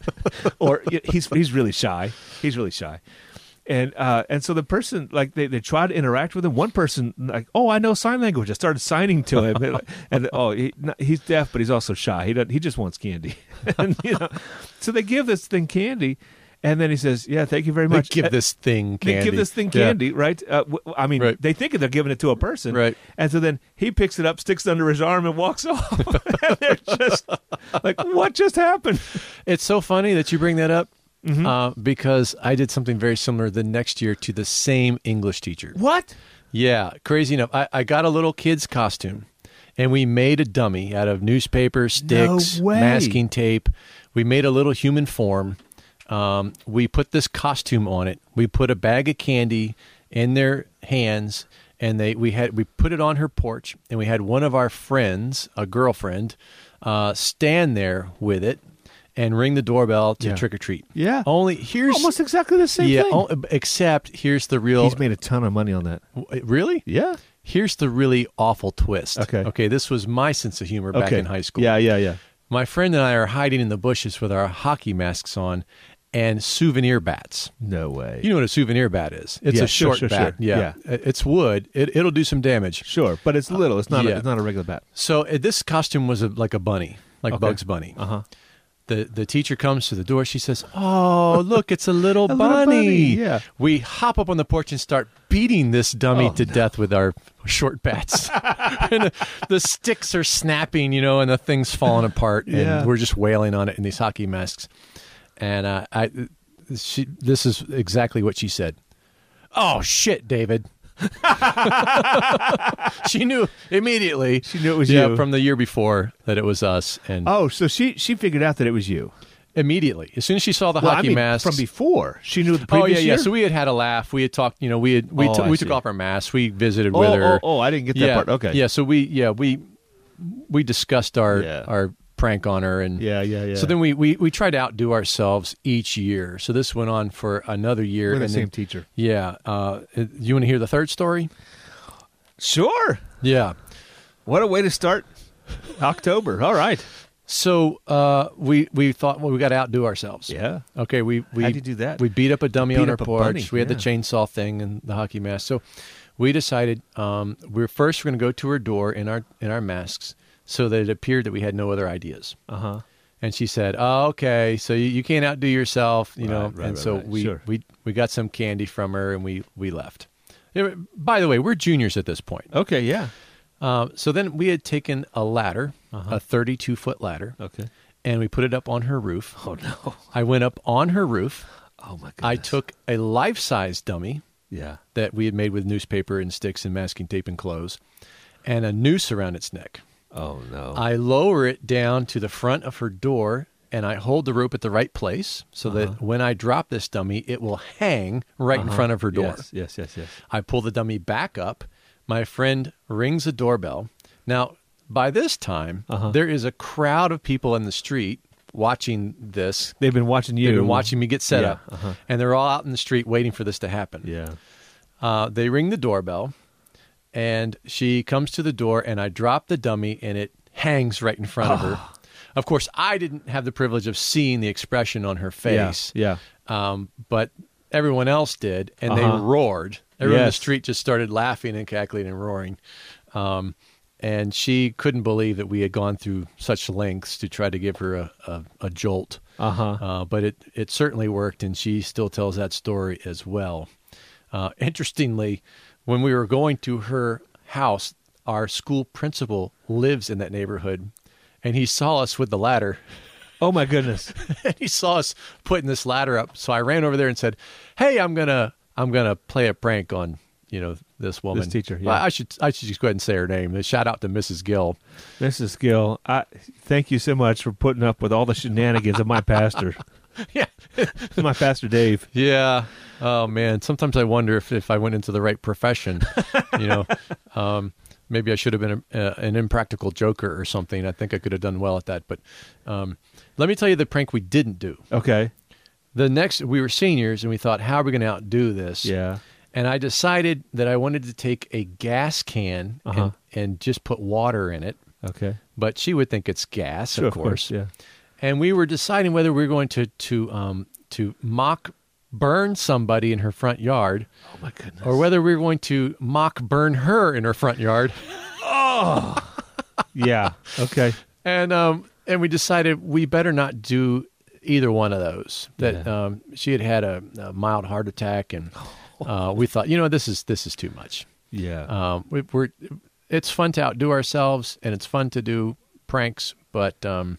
[SPEAKER 2] or y- he's he's really shy. He's really shy, and uh, and so the person like they, they try to interact with him. One person like, oh, I know sign language. I started signing to him, and, and, oh, he, no, he's deaf, but he's also shy. He doesn't, he just wants candy, and, you know, so they give this thing candy. And then he says, "Yeah, thank you very
[SPEAKER 1] They
[SPEAKER 2] much."
[SPEAKER 1] give
[SPEAKER 2] Uh,
[SPEAKER 1] this thing candy.
[SPEAKER 2] they give this thing
[SPEAKER 1] Yeah.
[SPEAKER 2] candy, right? Uh, w- I mean,
[SPEAKER 1] Right.
[SPEAKER 2] they think they're giving it to a person,
[SPEAKER 1] Right.
[SPEAKER 2] And so then he picks it up, sticks it under his arm, and walks off. and they're just like, "What just happened?"
[SPEAKER 1] It's so funny that you bring that up
[SPEAKER 2] Mm-hmm.
[SPEAKER 1] uh, because I did something very similar the next year to the same English teacher.
[SPEAKER 2] What?
[SPEAKER 1] Yeah, crazy enough. I, I got a little kid's costume and we made a dummy out of newspaper, sticks,
[SPEAKER 2] way.
[SPEAKER 1] masking tape. We made a little human form. Um, we put this costume on it. We put a bag of candy in their hands and they we had we put it on her porch and we had one of our friends, a girlfriend, uh, stand there with it and ring the doorbell to
[SPEAKER 2] Yeah.
[SPEAKER 1] trick or treat.
[SPEAKER 2] Yeah.
[SPEAKER 1] Only here's
[SPEAKER 2] Almost exactly the same
[SPEAKER 1] yeah,
[SPEAKER 2] thing.
[SPEAKER 1] o- except here's the real
[SPEAKER 2] oh, He's made a ton of money on that.
[SPEAKER 1] w- really
[SPEAKER 2] Yeah.
[SPEAKER 1] here's the really awful twist.
[SPEAKER 2] Okay.
[SPEAKER 1] okay, this was my sense of humor back
[SPEAKER 2] okay.
[SPEAKER 1] in high school.
[SPEAKER 2] Yeah, yeah, yeah.
[SPEAKER 1] My friend and I are hiding in the bushes with our hockey masks on and souvenir bats.
[SPEAKER 2] No way.
[SPEAKER 1] You know what a souvenir bat is? It's
[SPEAKER 2] Yeah,
[SPEAKER 1] a
[SPEAKER 2] sure,
[SPEAKER 1] short
[SPEAKER 2] sure,
[SPEAKER 1] bat.
[SPEAKER 2] sure.
[SPEAKER 1] Yeah. I- It's wood. It, it'll do some damage.
[SPEAKER 2] sure, but it's little. It's not.
[SPEAKER 1] Uh, yeah.
[SPEAKER 2] A, it's not a regular bat.
[SPEAKER 1] So uh, this costume was a, like a bunny, like
[SPEAKER 2] Okay.
[SPEAKER 1] Bugs Bunny.
[SPEAKER 2] Uh huh.
[SPEAKER 1] The the teacher comes to the door. She says, "Oh, look, it's a little bunny."
[SPEAKER 2] bunny, yeah.
[SPEAKER 1] We hop up on the porch and start beating this dummy
[SPEAKER 2] Oh,
[SPEAKER 1] to death with our short bats. and the, the sticks are snapping, you know, and the thing's falling apart, and
[SPEAKER 2] Yeah.
[SPEAKER 1] we're just wailing on it in these hockey masks. And uh, I, she, this is exactly what she said. Oh shit, David. she knew immediately.
[SPEAKER 2] She knew it was
[SPEAKER 1] yeah,
[SPEAKER 2] you.
[SPEAKER 1] from the year before that it was us, and
[SPEAKER 2] Oh, so she she figured out that it was you.
[SPEAKER 1] immediately as soon as she saw the
[SPEAKER 2] Well, I
[SPEAKER 1] hockey
[SPEAKER 2] mean,
[SPEAKER 1] masks
[SPEAKER 2] from before. She knew the
[SPEAKER 1] oh
[SPEAKER 2] previous
[SPEAKER 1] yeah yeah
[SPEAKER 2] year?
[SPEAKER 1] so we had had a laugh we had talked you know we had we,
[SPEAKER 2] Oh,
[SPEAKER 1] took-
[SPEAKER 2] I
[SPEAKER 1] we
[SPEAKER 2] see.
[SPEAKER 1] took off our masks we visited
[SPEAKER 2] oh,
[SPEAKER 1] with her
[SPEAKER 2] oh, oh, I didn't get that
[SPEAKER 1] yeah
[SPEAKER 2] part. Okay.
[SPEAKER 1] yeah so we yeah we we discussed our
[SPEAKER 2] Yeah.
[SPEAKER 1] our prank on her and
[SPEAKER 2] Yeah. Yeah. Yeah.
[SPEAKER 1] so then we, we we tried to outdo ourselves each year so this went on for another year
[SPEAKER 2] with the
[SPEAKER 1] and
[SPEAKER 2] same
[SPEAKER 1] then,
[SPEAKER 2] teacher.
[SPEAKER 1] yeah uh, you want to hear the third story
[SPEAKER 2] Sure.
[SPEAKER 1] yeah
[SPEAKER 2] What a way to start October. All right.
[SPEAKER 1] so uh, we we thought well we got to outdo ourselves
[SPEAKER 2] Yeah.
[SPEAKER 1] Okay, we we
[SPEAKER 2] How'd you do that?
[SPEAKER 1] We beat up a dummy
[SPEAKER 2] Beat
[SPEAKER 1] on our
[SPEAKER 2] up a
[SPEAKER 1] porch.
[SPEAKER 2] bunny,
[SPEAKER 1] we had the
[SPEAKER 2] yeah.
[SPEAKER 1] chainsaw thing and the hockey mask. So we decided um, we we're first we're going to go to her door in our in our masks, so that it appeared that we had no other ideas.
[SPEAKER 2] Uh huh.
[SPEAKER 1] And she said, "Oh, okay, so you, you can't outdo yourself, you know."
[SPEAKER 2] Right, right,
[SPEAKER 1] and
[SPEAKER 2] right,
[SPEAKER 1] so
[SPEAKER 2] right,
[SPEAKER 1] we
[SPEAKER 2] sure.
[SPEAKER 1] we we got some candy from her and we we left. Yeah, By the way, we're juniors at this point.
[SPEAKER 2] Okay. Yeah.
[SPEAKER 1] Uh, so then we had taken a ladder,
[SPEAKER 2] Uh-huh.
[SPEAKER 1] a 32 foot ladder,
[SPEAKER 2] Okay.
[SPEAKER 1] and we put it up on her roof. Oh no! I went up on her roof.
[SPEAKER 2] Oh my god.
[SPEAKER 1] I took a life size dummy
[SPEAKER 2] Yeah.
[SPEAKER 1] that we had made with newspaper and sticks and masking tape and clothes and a noose around its neck.
[SPEAKER 2] Oh no.
[SPEAKER 1] I lower it down to the front of her door and I hold the rope at the right place so that when I drop this dummy, it will hang right in front of her door.
[SPEAKER 2] Yes. Yes. Yes. Yes.
[SPEAKER 1] I pull the dummy back up. My friend rings the doorbell. Now, by this time,
[SPEAKER 2] Uh-huh.
[SPEAKER 1] there is a crowd of people in the street watching this.
[SPEAKER 2] They've been watching you.
[SPEAKER 1] They've been watching me get set
[SPEAKER 2] Yeah, uh-huh.
[SPEAKER 1] up, and they're all out in the street waiting for this to happen.
[SPEAKER 2] Yeah.
[SPEAKER 1] Uh, they ring the doorbell, and she comes to the door, and I drop the dummy, and it hangs right in front of her.
[SPEAKER 2] Ah.
[SPEAKER 1] Of course, I didn't have the privilege of seeing the expression on her face,
[SPEAKER 2] Yeah.
[SPEAKER 1] Um, but everyone else did, and
[SPEAKER 2] Uh-huh.
[SPEAKER 1] they roared. Everyone in the
[SPEAKER 2] Yes.
[SPEAKER 1] street just started laughing and cackling and roaring. Um, and she couldn't believe that we had gone through such lengths to try to give her a, a, a jolt.
[SPEAKER 2] Uh huh.
[SPEAKER 1] Uh, but it, it certainly worked, and she still tells that story as well. Uh, interestingly, when we were going to her house, our school principal lives in that neighborhood, and he saw us with the ladder,
[SPEAKER 2] Oh my goodness.
[SPEAKER 1] and he saw us putting this ladder up. So I ran over there and said, "Hey, I'm gonna I'm gonna play a prank on you know this woman,
[SPEAKER 2] teacher,
[SPEAKER 1] Well,
[SPEAKER 2] yeah.
[SPEAKER 1] I should I should just go ahead and say her name. Shout out to Mrs. Gill.
[SPEAKER 2] Mrs. Gill, I thank you so much for putting up with all the shenanigans of my pastor,
[SPEAKER 1] yeah,
[SPEAKER 2] my pastor Dave.
[SPEAKER 1] Yeah. Oh man. Sometimes I wonder if, if I went into the right profession. you know, um, maybe I should have been a, uh, an impractical joker or something. I think I could have done well at that. But um, let me tell you the prank we didn't do.
[SPEAKER 2] Okay.
[SPEAKER 1] The next, we were seniors and we thought, how are we going to outdo this?
[SPEAKER 2] Yeah.
[SPEAKER 1] And I decided that I wanted to take a gas can
[SPEAKER 2] Uh-huh.
[SPEAKER 1] and, and just put water in it.
[SPEAKER 2] Okay.
[SPEAKER 1] But she would think it's gas,
[SPEAKER 2] Sure,
[SPEAKER 1] of course
[SPEAKER 2] Yeah.
[SPEAKER 1] and we were deciding whether we were going to to um, to mock burn somebody in her front yard,
[SPEAKER 2] Oh my goodness.
[SPEAKER 1] or whether we were going to mock burn her in her front yard.
[SPEAKER 2] yeah. Okay.
[SPEAKER 1] And um, and we decided we better not do either one of those. That
[SPEAKER 2] Yeah.
[SPEAKER 1] um, she had had a, a mild heart attack, and uh, we thought, you know, this is this is too much.
[SPEAKER 2] Yeah.
[SPEAKER 1] Um, we, we're it's fun to outdo ourselves, and it's fun to do pranks, but um,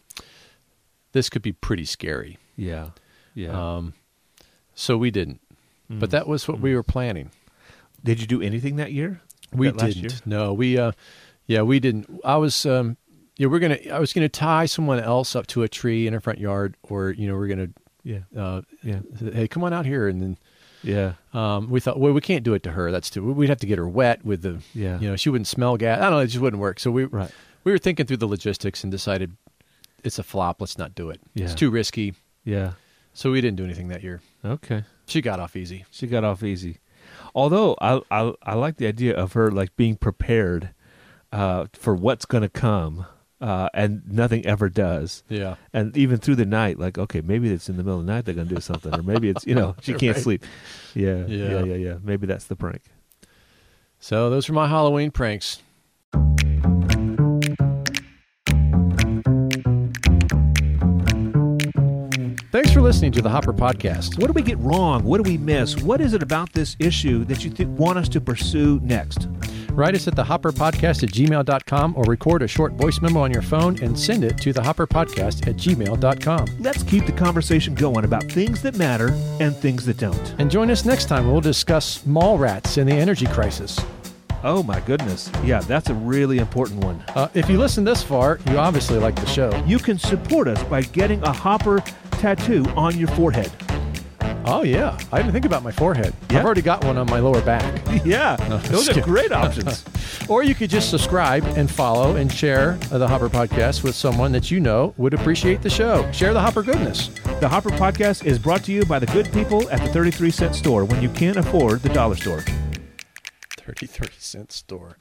[SPEAKER 1] this could be pretty scary.
[SPEAKER 2] yeah. Yeah.
[SPEAKER 1] Um, so we didn't.
[SPEAKER 2] Mm.
[SPEAKER 1] But that was what we were planning.
[SPEAKER 2] Did you do anything that year?
[SPEAKER 1] We
[SPEAKER 2] That last
[SPEAKER 1] didn't.
[SPEAKER 2] year?
[SPEAKER 1] No, we uh yeah, we didn't. I was um yeah, we're going to I was going to tie someone else up to a tree in her front yard or you know, we're going
[SPEAKER 2] Yeah.
[SPEAKER 1] to uh
[SPEAKER 2] Yeah.
[SPEAKER 1] hey, come on out here and then
[SPEAKER 2] Yeah.
[SPEAKER 1] um, we thought, well, we can't do it to her. That's too. We'd have to get her wet with the,
[SPEAKER 2] Yeah.
[SPEAKER 1] you know, she wouldn't smell gas. I don't know, it just wouldn't work. So we,
[SPEAKER 2] Right.
[SPEAKER 1] we were thinking through the logistics and decided it's a flop. Let's not do it.
[SPEAKER 2] Yeah.
[SPEAKER 1] It's too risky.
[SPEAKER 2] Yeah.
[SPEAKER 1] So we didn't do anything that year.
[SPEAKER 2] Okay.
[SPEAKER 1] She got off easy.
[SPEAKER 2] She got off easy. Although I I, I like the idea of her like being prepared uh, for what's going to come, uh, and nothing ever does.
[SPEAKER 1] Yeah.
[SPEAKER 2] And even through the night, like okay, maybe it's in the middle of the night they're going to do something, or maybe it's you know she can't
[SPEAKER 1] Right.
[SPEAKER 2] sleep. Yeah,
[SPEAKER 1] Yeah.
[SPEAKER 2] yeah, yeah, yeah, Maybe that's the prank.
[SPEAKER 1] So those were my Halloween pranks. Thanks for listening to the Hopper Podcast.
[SPEAKER 2] What do we get wrong? What do we miss? What is it about this issue that you th- want us to pursue next?
[SPEAKER 1] Write us at thehopperpodcast at gmail.com or record a short voice memo on your phone and send it to thehopperpodcast at gmail.com.
[SPEAKER 2] Let's keep the conversation going about things that matter and things that don't.
[SPEAKER 1] And join us next time. We'll discuss small rats and the energy crisis.
[SPEAKER 2] Oh my goodness. Yeah, that's a really important one.
[SPEAKER 1] Uh, if you listen this far, you obviously like the show.
[SPEAKER 2] You can support us by getting a hopper tattoo on your forehead.
[SPEAKER 1] Oh, yeah. I didn't think about my forehead.
[SPEAKER 2] Yeah.
[SPEAKER 1] I've already got one on my lower back.
[SPEAKER 2] Yeah,
[SPEAKER 1] just
[SPEAKER 2] those are
[SPEAKER 1] kidding.
[SPEAKER 2] great options.
[SPEAKER 1] Or you could just subscribe and follow and share the Hopper Podcast with someone that you know would appreciate the show. Share the Hopper goodness.
[SPEAKER 2] the Hopper Podcast is brought to you by the good people at the 33 cent store when you can't afford the dollar store.
[SPEAKER 1] 33 cent store.